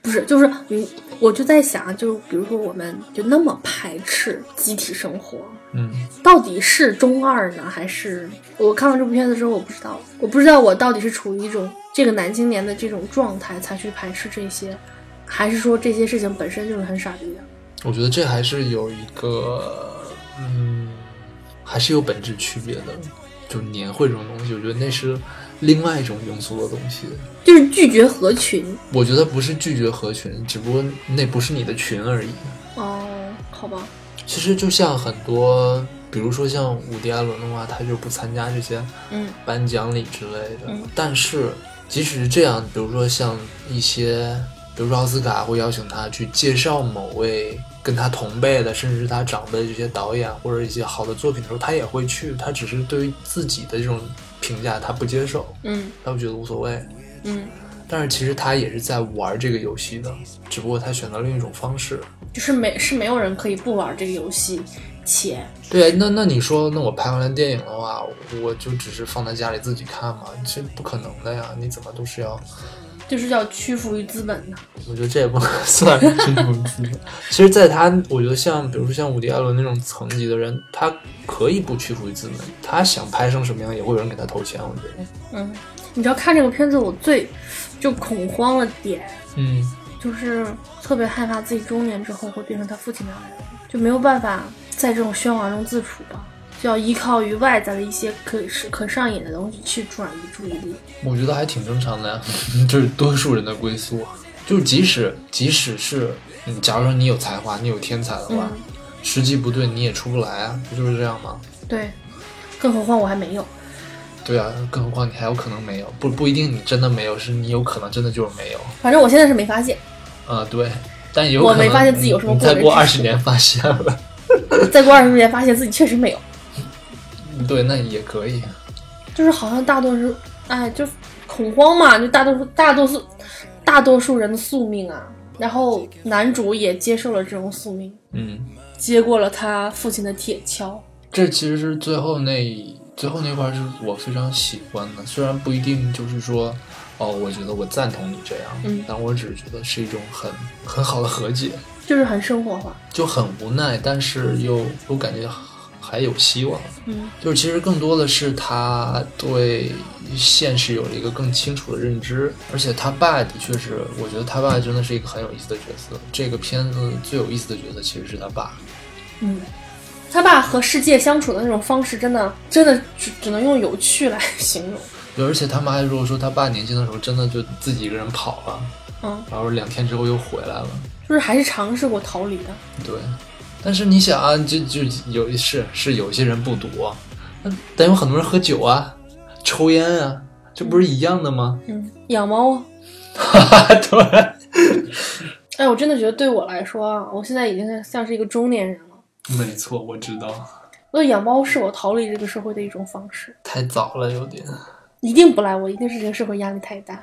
不是，就是嗯，我就在想，就是比如说我们就那么排斥集体生活，嗯，到底是中二呢，还是我看完这部片子之后，我不知道，我不知道我到底是处于一种这个男青年的这种状态才去排斥这些，还是说这些事情本身就是很傻逼的？我觉得这还是有一个，嗯，还是有本质区别的。就年会这种东西，我觉得那是另外一种庸俗的东西。就是拒绝合群。我觉得不是拒绝合群，只不过那不是你的群而已。哦，好吧，其实就像很多，比如说像伍迪·艾伦的话，他就不参加这些嗯颁奖礼之类的。嗯但是即使是这样，比如说像一些，比如说奥斯卡会邀请他去介绍某位跟他同辈的，甚至是他长辈的这些导演或者一些好的作品的时候，他也会去。他只是对于自己的这种评价他不接受，嗯他会觉得无所谓。嗯，但是其实他也是在玩这个游戏的，只不过他选择另一种方式。就是没是没有人可以不玩这个游戏，且对啊，那那你说，那我拍完了电影的话，我就只是放在家里自己看嘛？这不可能的呀！你怎么都是要，就是要屈服于资本的。我觉得这也不能 算是这种资本。其实，在他，我觉得像比如说像伍迪·艾伦那种层级的人，他可以不屈服于资本，他想拍成什么样，也会有人给他投钱。我觉得，嗯，你知道看这个片子我最就恐慌的点，嗯，就是特别害怕自己中年之后会变成他父亲那样的人，就没有办法在这种喧哗中自处吧，就要依靠于外在的一些可是可上瘾的东西去转移注意力。我觉得还挺正常的呀， 就是多数人的归宿。啊就是即使即使是，嗯，假如说你有才华，你有天才的话，嗯时机不对你也出不来啊，不就是这样吗？对，更何况我还没有。对啊，更何况你还有可能没有，不不一定你真的没有，是你有可能真的就是没有反正我现在是没发现，啊、对，但也有我可能没发现自己有什么你过再人过之二十年发现了，再过二十年发现自己确实没有。嗯对，那也可以。啊就是好像大多数，哎，就恐慌嘛，就大多数大多数大多数人的宿命啊。然后男主也接受了这种宿命，嗯，接过了他父亲的铁锹，这其实是最后那最后那块儿是我非常喜欢的，虽然不一定就是说，哦，我觉得我赞同你这样，嗯但我只是觉得是一种很很好的和解，就是很生活化。就很无奈，但是又又感觉还有希望。嗯就是其实更多的是他对现实有了一个更清楚的认知，而且他爸的确是，我觉得他爸真的是一个很有意思的角色。这个片子最有意思的角色其实是他爸，嗯，他爸和世界相处的那种方式，真的真的只只能用有趣来形容。对，而且他妈如果说他爸年轻的时候真的就自己一个人跑了，嗯，然后两天之后又回来了，就是还是尝试过逃离的。对。但是你想啊，就就有是是有些人不赌啊，那但有很多人喝酒啊、抽烟啊，这不是一样的吗？ 嗯，养猫啊。哈哈，对。哎，我真的觉得对我来说啊，我现在已经像是一个中年人了。没错，我知道。我觉得养猫是我逃离这个社会的一种方式，太早了，有点。一定不赖我，一定是这个社会压力太大，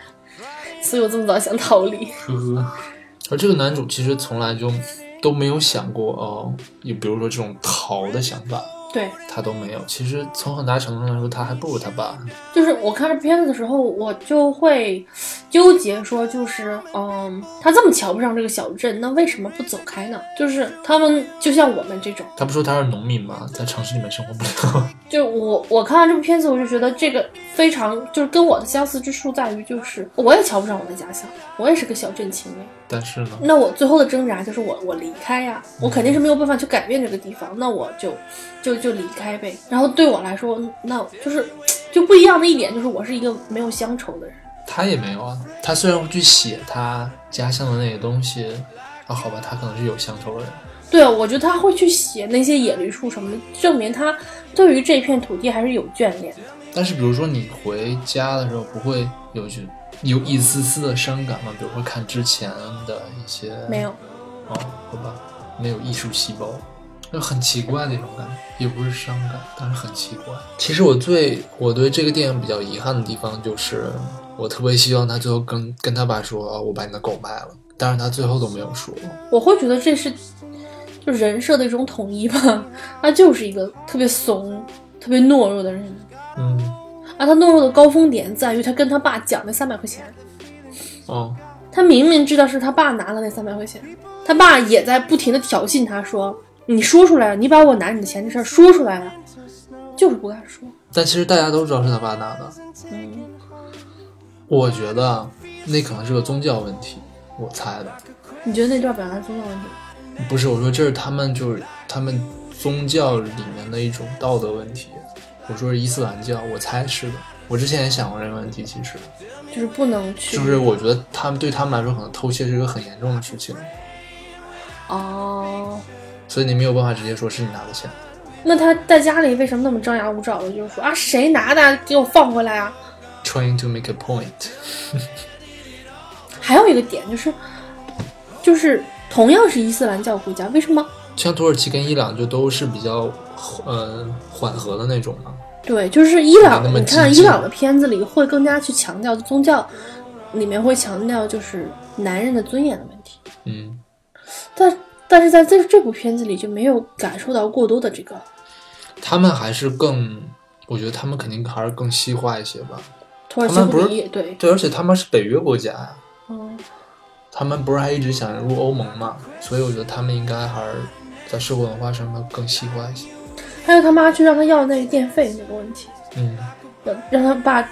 所以我这么早想逃离。呵呵。而这个男主其实从来就都没有想过哦，你比如说这种逃的想法，对，他都没有。其实从很大程度上来说，他还不如他爸。就是我看这片子的时候，我就会纠结说，就是嗯，他这么瞧不上这个小镇，那为什么不走开呢？就是他们就像我们这种，他不说他是农民吗？在城市里面生活不了。 就我我看完这部片子，我就觉得这个非常就是跟我的相似之处在于，就是我也瞧不上我的家乡，我也是个小镇青年。但是呢，那我最后的挣扎就是我我离开呀、我肯定是没有办法去改变这个地方，那我就就就离开呗。然后对我来说，那就是就不一样的一点就是我是一个没有乡愁的人。他也没有啊。他虽然会去写他家乡的那些东西，啊，好吧，他可能是有乡愁的人。对啊，我觉得他会去写那些野驴树什么的，证明他对于这片土地还是有眷恋的。但是比如说你回家的时候，不会有去有一丝丝的伤感吗？比如说看之前的一些没有，哦，好吧，没有艺术细胞，就很奇怪的一种感觉，也不是伤感，但是很奇怪。其实我最我对这个电影比较遗憾的地方就是，我特别希望他最后跟跟他爸说啊，我把你的狗卖了，但是他最后都没有说。我会觉得这是就人设的一种统一吧。 他就是一个特别怂、特别懦弱的人。嗯，啊，他懦弱的高峰点在于他跟他爸讲那三百块钱，哦，他明明知道是他爸拿了那三百块钱，他爸也在不停的挑衅他说：“你说出来啊，你把我拿你的钱这事儿说出来啊！”就是不敢说。但其实大家都知道是他爸拿的。嗯，我觉得啊那可能是个宗教问题，我猜的。你觉得那段表达宗教问题？不是，我说这是他们就是他们宗教里面的一种道德问题。我说是伊斯兰教，我猜是的。我之前也想过这个问题，其实就是不能去，就是我觉得他们对他们来说，可能偷窃是一个很严重的事情，哦。所以你没有办法直接说是你拿的钱。那他在家里为什么那么张牙舞爪的，就是说啊，谁拿的给我放回来啊？ Trying to make a point， 还有一个点就是，就是同样是伊斯兰教国家，为什么？像土耳其跟伊朗就都是比较呃缓和的那种嘛。对，就是伊朗那，么你看激进伊朗的片子里会更加去强调宗教，里面会强调就是男人的尊严的问题，嗯，但但是在这这部片子里就没有感受到过多的这个，他们还是更，我觉得他们肯定还是更西化一些吧。土耳其他们不不是理解，对，对，而且他们是北约国家呀、嗯，他们不是还一直想入欧盟嘛，所以我觉得他们应该还是在社会文化上面更西化一些。还有他妈去让他要那个电费那个问题，嗯让让他爸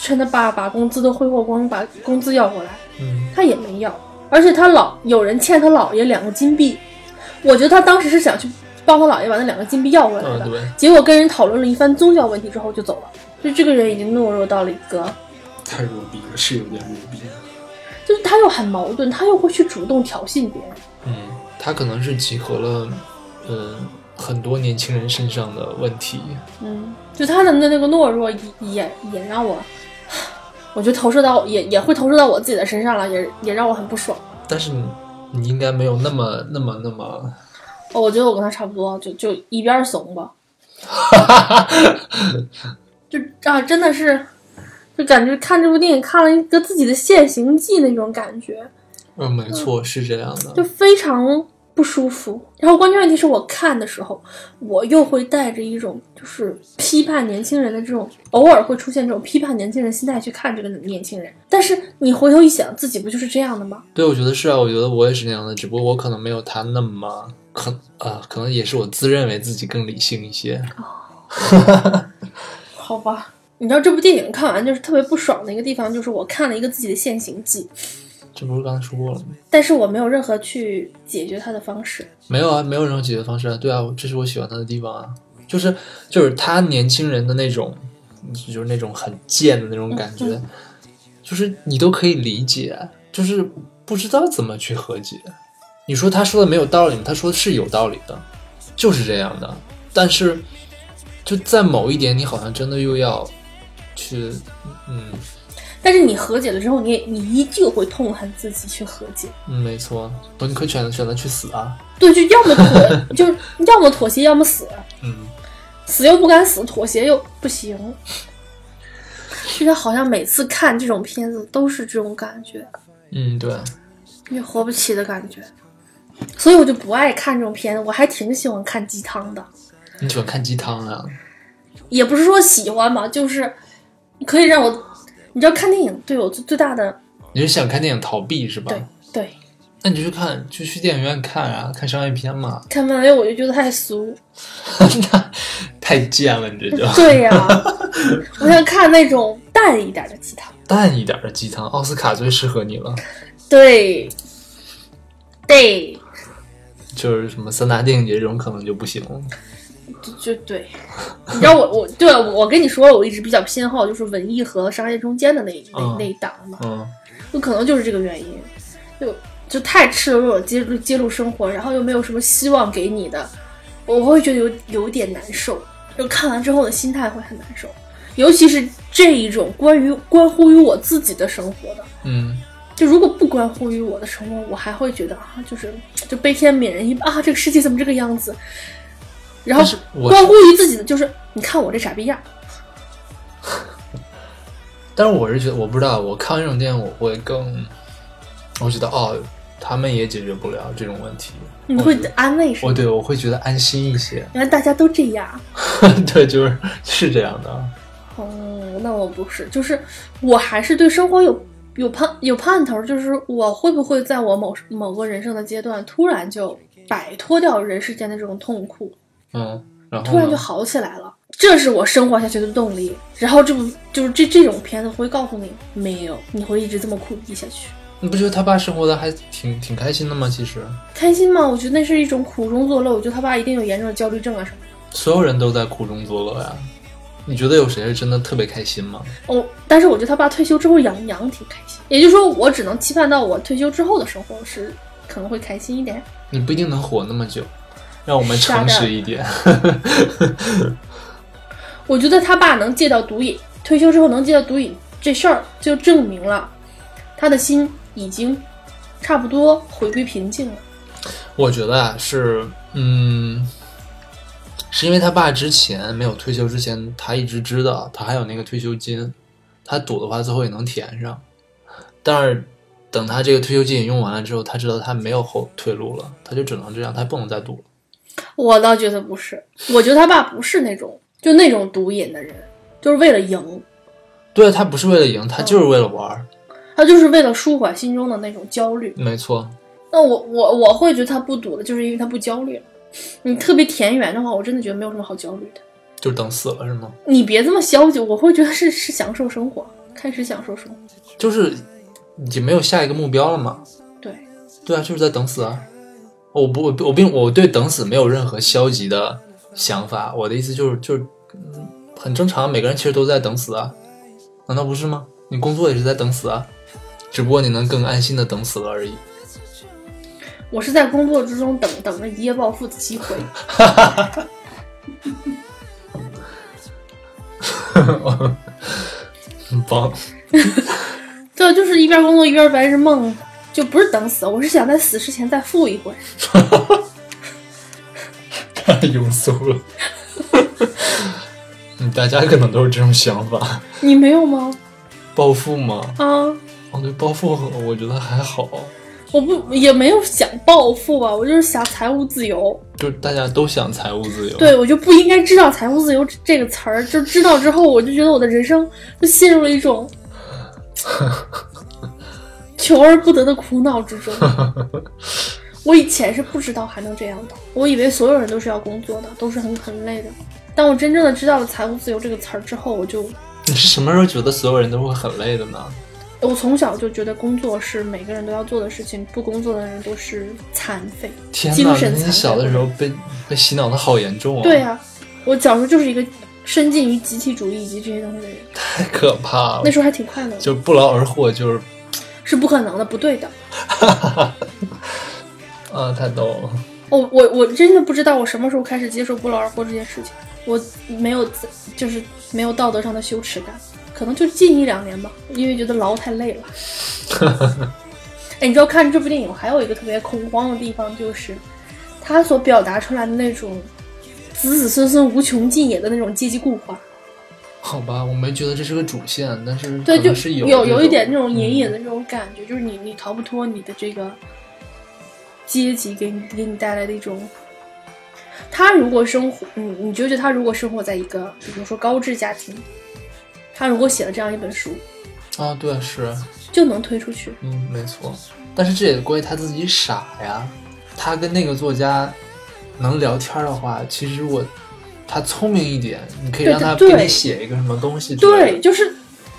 趁他爸把工资都挥霍光，把工资要回来，嗯，他也没要，而且他老有人欠他姥爷两个金币，我觉得他当时是想去帮他姥爷把那两个金币要回来嗯的，对，结果跟人讨论了一番宗教问题之后就走了，就这个人已经懦弱到了一个，太牛逼了，是有点牛逼。就是他又很矛盾，他又会去主动挑衅别人，嗯，他可能是集合了，嗯，很多年轻人身上的问题。嗯，就他的那那个懦弱也也也让我，我觉得投射到也也会投射到我自己的身上了，也也让我很不爽。但是你你应该没有那么那么那么， 哦我觉得我跟他差不多，就就一边儿怂吧。就啊，真的是，就感觉看这部电影看了一个自己的现行记那种感觉，呃嗯，没错，是这样的就。非常不舒服。然后关键问题是我看的时候，我又会带着一种就是批判年轻人的这种，偶尔会出现这种批判年轻人心态去看这个年轻人。但是你回头一想，自己不就是这样的吗？对，我觉得是啊，我觉得我也是那样的，只不过我可能没有他那么可啊、可能也是我自认为自己更理性一些。好吧，你知道这部电影看完就是特别不爽的一个地方，就是我看了一个自己的现行记，这不是刚才说过了吗？但是我没有任何去解决它的方式。没有啊，没有任何解决方式啊。对啊，我这是我喜欢他的地方啊，就是就是他年轻人的那种，就是那种很贱的那种感觉，就是你都可以理解，啊就是不知道怎么去和解。你说他说的没有道理吗？他说的是有道理的，就是这样的。但是就在某一点，你好像真的又要去，嗯，但是你和解了之后，你也你依旧会痛恨自己去和解。嗯没错，不，你可以选择选择去死啊，对，就要么妥，就是要么妥协，要么死，嗯。死又不敢死，妥协又不行。就是好像每次看这种片子都是这种感觉，嗯，对，也活不起的感觉。所以我就不爱看这种片子，我还挺喜欢看鸡汤的，你喜欢看鸡汤啊？也不是说喜欢吧，就是可以让我，你知道看电影对我最最大的你是想看电影逃避是吧？对对，那你就去看，就去电影院看啊，看商业片嘛。 看完了我就觉得太俗，那太贱了，你这就对呀、我想看那种淡一点的鸡汤。淡一点的鸡汤，奥斯卡最适合你了，对，对，就是什么三大电影节这种可能就不行了。就就 对。你知道我我对我跟你说，我一直比较偏好就是文艺和商业中间的那一那嗯那一档嘛，嗯，就可能就是这个原因，就就太赤裸裸揭露揭露生活，然后又没有什么希望给你的，我会觉得有有点难受，就看完之后的心态会很难受，尤其是这一种关于关乎于我自己的生活的。嗯，就如果不关乎于我的生活，我还会觉得啊，就是就悲天悯人一啊，这个世界怎么这个样子？然但后是我关乎于自己的就是，你看我这傻逼样，但是我是觉得，我不知道，我看完这种电影，我会更，我觉得哦，他们也解决不了这种问题。你会我觉得安慰谁我？对我会觉得安心一些。 原来大家都这样。对，就是是这样的。哦、那我不是，就是我还是对生活有有盼有盼头，就是我会不会在我某某个人生的阶段，突然就摆脱掉人世间的这种痛苦，嗯，然后突然就呢好起来了。这是我生活下去的动力。然后这部就是这这种片子会告诉你，没有，你会一直这么苦逼下去。你不觉得他爸生活的还挺挺开心的吗？其实，开心吗？我觉得那是一种苦中作乐。我觉得他爸一定有严重的焦虑症啊什么的。所有人都在苦中作乐呀。你觉得有谁是真的特别开心吗？我、哦但是我觉得他爸退休之后养羊挺开心。也就是说，我只能期盼到我退休之后的生活是可能会开心一点。你不一定能活那么久。让我们诚实一点。 我觉得他爸能戒掉毒瘾，退休之后能戒掉毒瘾这事儿，就证明了他的心已经差不多回归平静了。我觉得啊，是，嗯，是因为他爸之前没有退休之前，他一直知道他还有那个退休金，他赌的话最后也能填上。但是等他这个退休金也用完了之后，他知道他没有后退路了，他就只能这样，他不能再赌了。我倒觉得不是，我觉得他爸不是那种就那种毒瘾的人，就是为了赢，对啊他不是为了赢，他就是为了玩儿。他就是为了舒缓心中的那种焦虑。没错，那我我我会觉得他不赌了，就是因为他不焦虑了。你特别田园的话，我真的觉得没有什么好焦虑的。就是等死了是吗？你别这么消极，我会觉得是是享受生活，开始享受生活。就是也没有下一个目标了嘛。对，对啊，就是在等死啊。我不，我不我并我对等死没有任何消极的想法。我的意思就是，就是、嗯很正常，每个人其实都在等死啊，难道不是吗？你工作也是在等死啊，只不过你能更安心的等死了而已。我是在工作之中等等着一夜暴富的机会。很棒，对，就是一边工作一边白日梦，就不是等死，我是想在死之前再富一回。太庸俗了。 嗯，大家可能都是这种想法，你没有吗？暴富吗？啊，哦，对，暴富我觉得还好，我不也没有想暴富吧，我就是想财务自由。就是大家都想财务自由，对，我就不应该知道“财务自由”这个词儿，就知道之后，我就觉得我的人生就陷入了一种求而不得的苦恼之中。我以前是不知道还能这样的，我以为所有人都是要工作的，都是很很累的。当我真正的知道了“财务自由”这个词儿之后，我就你是什么时候觉得所有人都会很累的呢？我从小就觉得工作是每个人都要做的事情，不工作的人都是残废，天精哪，神那残你废。小的时候被被洗脑的好严重哦，对啊呀、我小时候就是一个深进于集体主义以及这些东西的人，太可怕了那，时候还挺快乐的，就不劳而获，就是 是不可能的，不对的。啊，太逗了，我哦我我真的不知道我什么时候开始接受不劳而获这件事情，我没有自就是没有道德上的羞耻感，可能就近一两年吧，因为觉得劳太累了。 哎，你知道看这部电影还有一个特别恐慌的地方，就是他所表达出来的那种子子孙孙无穷尽也的那种阶级固化，好吧，我没觉得这是个主线，但是对，可能就是有有一点那种嗯隐隐的，的那种感觉，就是你你逃不脱你的这个阶级给你给你带来的一种。他如果生活，嗯，你觉得他如果生活在一个比如说高知家庭，他如果写了这样一本书，嗯啊，对，是，就能推出去。嗯，没错，但是这也归他自己傻呀。他跟那个作家能聊天的话，其实我他聪明一点，你可以对让他对给你对写一个什么东西之类对，的。就是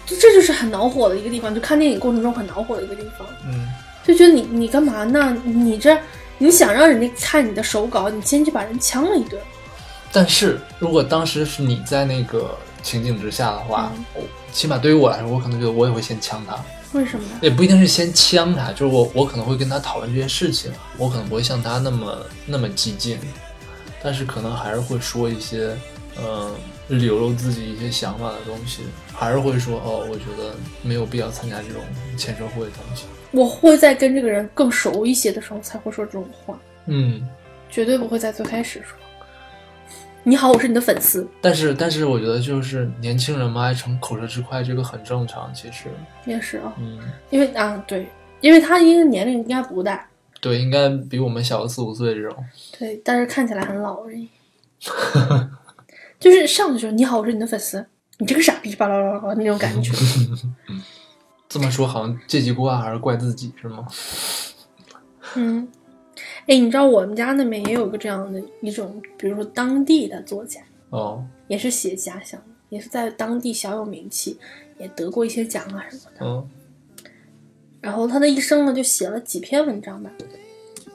就这就是很恼火的一个地方，就看电影过程中很恼火的一个地方，嗯，就觉得你你干嘛呢？你这你想让人家看你的手稿，你先去把人枪了一顿。但是如果当时是你在那个情景之下的话，我起码对于我来说，我可能觉得我也会先呛他，为什么呢？也不一定是先呛他，就是我我可能会跟他讨论这些事情，我可能不会像他那么那么激进，但是可能还是会说一些，嗯、流露自己一些想法的东西，还是会说哦，我觉得没有必要参加这种签售会的东西。我会在跟这个人更熟一些的时候才会说这种话，嗯，绝对不会在最开始说。你好，我是你的粉丝。但是但是我觉得就是年轻人嘛，爱逞口舌之快，这个很正常，其实，也是啊，嗯，因为啊对，因为他因为年龄应该不大，对，应该比我们小个四五岁这种。对，但是看起来很老而已。就是上去就说你好，我是你的粉丝，你这个傻逼吧啦啦啦啦那种感觉。这么说好像阶级固化还是怪自己是吗？嗯，哎，你知道我们家那边也有个这样的一种，比如说当地的作家，哦，也是写家乡的，也是在当地小有名气，也得过一些奖啊什么的。嗯然后他的一生呢，就写了几篇文章吧，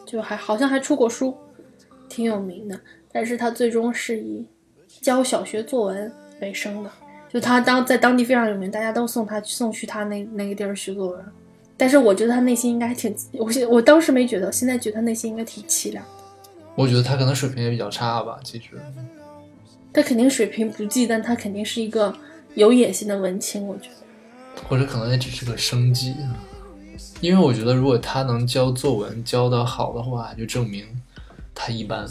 就还好像还出过书，挺有名的。但是他最终是以教小学作文为生的，就他当在当地非常有名，大家都送他送去他那那个地儿学作文。但是我觉得他内心应该还挺，我现我当时没觉得，现在觉得他内心应该挺凄凉。我觉得他可能水平也比较差吧，其实。他肯定水平不济，但他肯定是一个有野心的文青，我觉得。或者可能也只是个生机。因为我觉得，如果他能教作文教得好的话，就证明他一般，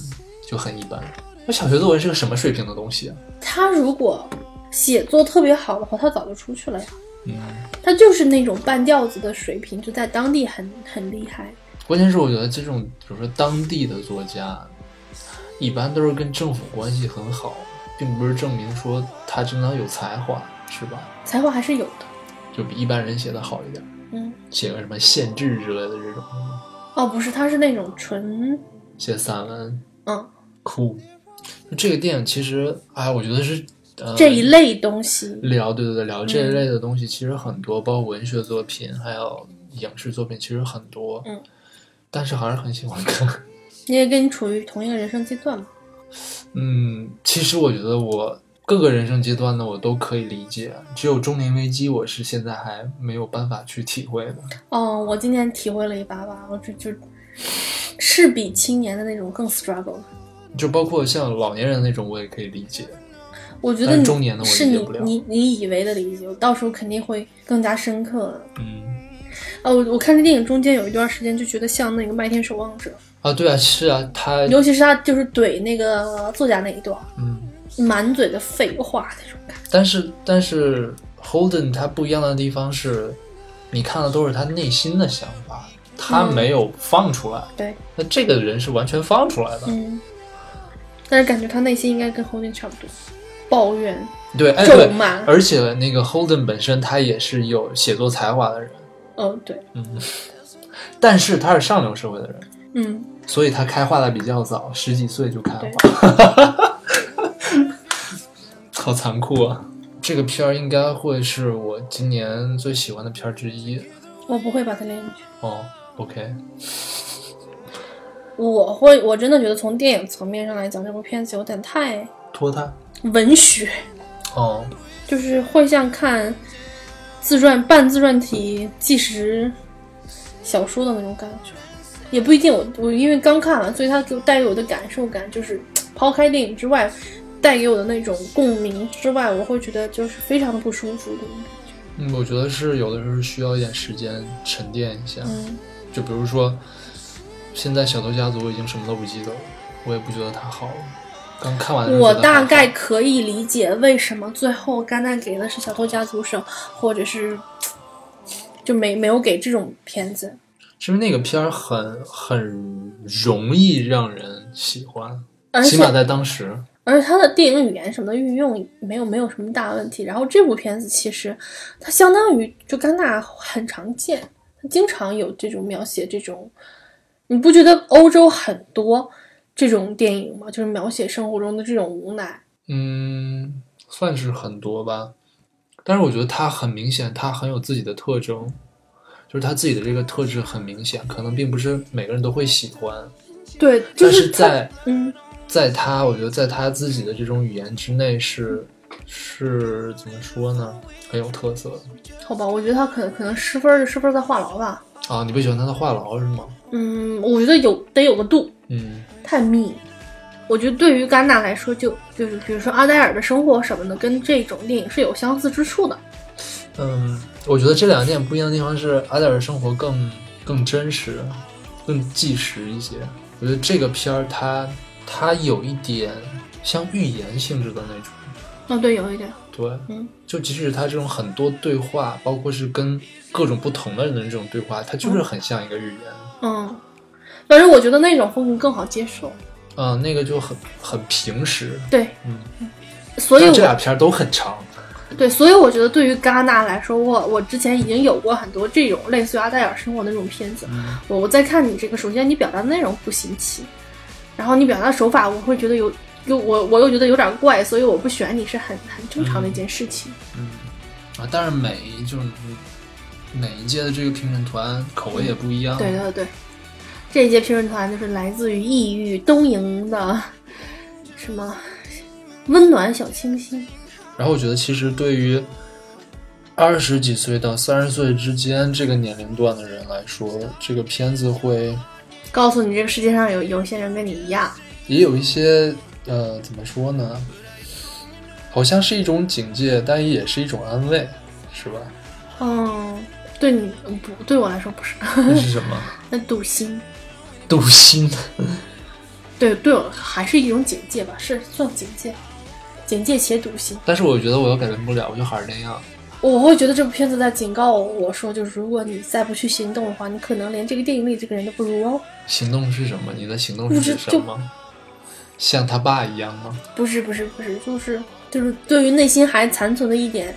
就很一般。那小学作文是个什么水平的东西啊？他如果写作特别好的话，他早就出去了呀。嗯，他就是那种半吊子的水平，就在当地很很厉害。关键是我觉得这种，比如说当地的作家，一般都是跟政府关系很好，并不是证明说他真的有才华，是吧？才华还是有的。就比一般人写的好一点，嗯，写个什么县志之类的这种，哦，不是，他是那种纯，写散文，嗯，酷。这个电影其实，哎，我觉得是、呃、这一类嗯东西。聊，对对对，聊这一类的东西，其实很多，包括文学作品，还有影视作品，其实很多。嗯，但是还是很喜欢看。 因为跟你处于同一个人生阶段嘛。嗯，其实我觉得我各个人生阶段呢，我都可以理解，只有中年危机，我是现在还没有办法去体会的。哦，我今年体会了一把把，我就就，是比青年的那种更 struggle 了。就包括像老年人那种，我也可以理解。我觉但得是你中年的我是理解你不了你你以为的理解，我到时候肯定会更加深刻。嗯，哦，我我看这电影中间有一段时间就觉得像那个《麦田守望者啊，对啊，是啊，他》，尤其是他就是怼那个作家那一段，嗯。满嘴的废话那种感觉。但是但是 Holden 他不一样的地方是，你看的都是他内心的想法，他没有放出来，嗯对，那这个人是完全放出来的。嗯，但是感觉他内心应该跟 Holding 差不多，抱怨、对，哎咒对，骂，而且那个 Holden 本身他也是有写作才华的人，嗯，对， 但是他是上流社会的人，嗯，所以他开化的比较早，十几岁就开化对， 好残酷啊！这个片儿应该会是我今年最喜欢的片儿之一我不会把它列进去。哦。OK，我会，我真的觉得从电影层面上来讲，这部片子有点太拖沓文学，哦，就是会像看自传、半自传体纪实小说的那种感觉，也不一定我。我因为刚看完，所以它给我带给我的感受感，就是抛开电影之外，带给我的那种共鸣之外，我会觉得就是非常的不舒服的那种感觉。嗯，我觉得是有的时候需要一点时间沉淀一下，嗯，就比如说现在《小偷家族》我已经什么都不记得了，我也不觉得它好了。刚看完的时候我觉得还大好概可以理解为什么最后戛纳给的是《小偷家族》省，或者是就没没有给这种片子。是不是那个片儿很很容易让人喜欢？而起且码在当时，而且它的电影语言什么的运用没有没有什么大问题。然后这部片子其实它相当于就戛纳很常见，它经常有这种描写这种，你不觉得欧洲很多这种电影吗？就是描写生活中的这种无奈。嗯，算是很多吧。但是我觉得他很明显，他很有自己的特征，就是他自己的这个特质很明显，可能并不是每个人都会喜欢，对，就但是它在嗯在他，我觉得在他自己的这种语言之内是是怎么说呢？很有特色的好吧，我觉得他可能可能十分儿就十分儿在话痨吧。啊！你不喜欢他的话痨是吗？嗯，我觉得有得有个度，嗯，太密。我觉得对于戛纳来说就，就是比如说阿黛尔的生活什么的，跟这种电影是有相似之处的。嗯，我觉得这两点不一样的地方是，阿黛尔生活更更真实，更纪实一些。我觉得这个片儿它它有一点像寓言性质的那种，哦，对，有一点，对，嗯，就即使它这种很多对话，包括是跟各种不同的人的这种对话，它就是很像一个寓言。嗯，反正我觉得那种风格更好接受。嗯、那个就很很平实。对，嗯，所以但这我俩片儿都很长。对，所以我觉得对于戛纳来说，我我之前已经有过很多这种类似于阿黛尔生活的那种片子。嗯我我在看你这个，首先你表达的内容不新奇，然后你表达手法，我会觉得有又我我又觉得有点怪，所以我不选你是很很正常的一件事情。嗯，啊，但是每一就是每一届的这个评审团口味也不一样。啊对对对，这一届评审团就是来自于异域东瀛的什么温暖小清新。然后我觉得，其实对于二十几岁到三十岁之间这个年龄段的人来说，这个片子会告诉你，这个世界上有有些人跟你一样，也有一些呃，怎么说呢？好像是一种警戒，但也是一种安慰，是吧？嗯，对你嗯不对我来说不是， 这是什么？那堵心， 堵心。对对我还是一种警戒吧，是算警戒，警戒且堵心。但是我觉得我又改变不了，我就还是那样。我会觉得这部片子在警告我说，就是如果你再不去行动的话，你可能连这个电影里这个人都不如哦。行动是什么？你的行动不是是指什么？像他爸一样吗？不是不是不是，就是就是对于内心还残存的一点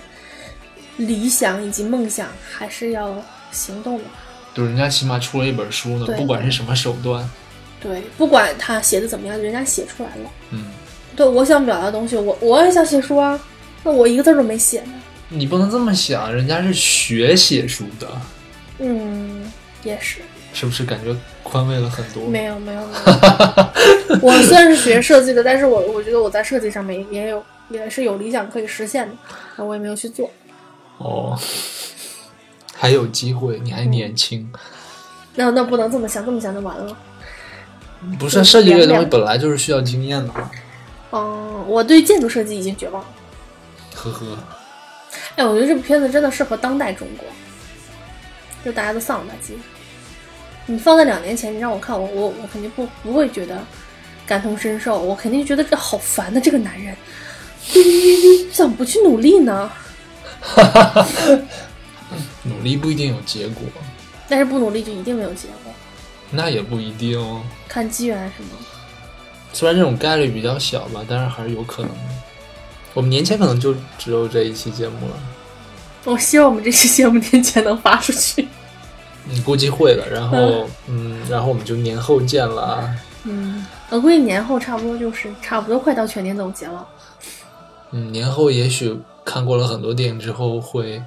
理想以及梦想，还是要行动的。就是人家起码出了一本书呢，对不管是什么手段，对，不管他写的怎么样，人家写出来了。嗯，对我想表达的东西，我我也想写书啊，那我一个字儿都没写呢。你不能这么想，人家是学写书的，嗯，也是，是不是感觉宽慰了很多？没有没有没有。 我虽然是学设计的，但是我我觉得我在设计上面也有也是有理想可以实现的，但我也没有去做。哦，还有机会，你还年轻。那那不能这么想，这么想就完了。不是设计这个东西本来就是需要经验的嘛，嗯，我对建筑设计已经绝望了。呵呵。 哎，我觉得这部片子真的适合当代中国，就大家都丧了吧唧。你放在两年前，你让我看，我我我肯定不不会觉得感同身受，我肯定觉得这好烦的这个男人， 怎么不去努力呢？努力不一定有结果，但是不努力就一定没有结果，那也不一定哦。看机缘是吗？虽然这种概率比较小吧，但是还是有可能的。我们年前可能就只有这一期节目了，我希望我们这期节目年前能发出去。嗯，估计会了。然后，嗯，然后我们就年后见了啊。嗯，我估计年后差不多就是差不多快到全年总结了。嗯，年后也许看过了很多电影之后会，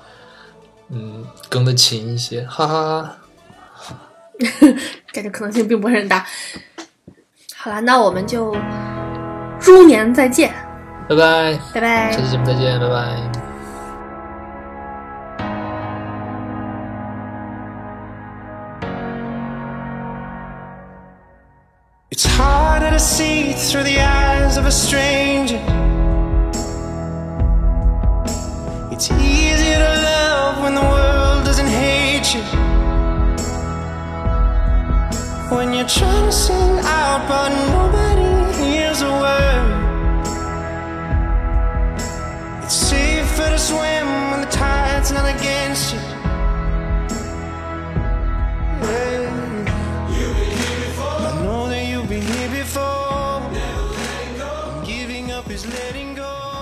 嗯，更的勤一些，哈哈哈。感觉可能性并不是很大。好啦，那我们就猪年再见，拜拜，拜拜。下期节目再见，拜拜。 It's harder to see through the eyes of a stranger. It's easier to love when the world doesn't hate you. When you're trying to sing out, but nobody hears a word. It's safer to swim when the tide's not against you. Yeah. I know that you've been here before. Giving up is letting go.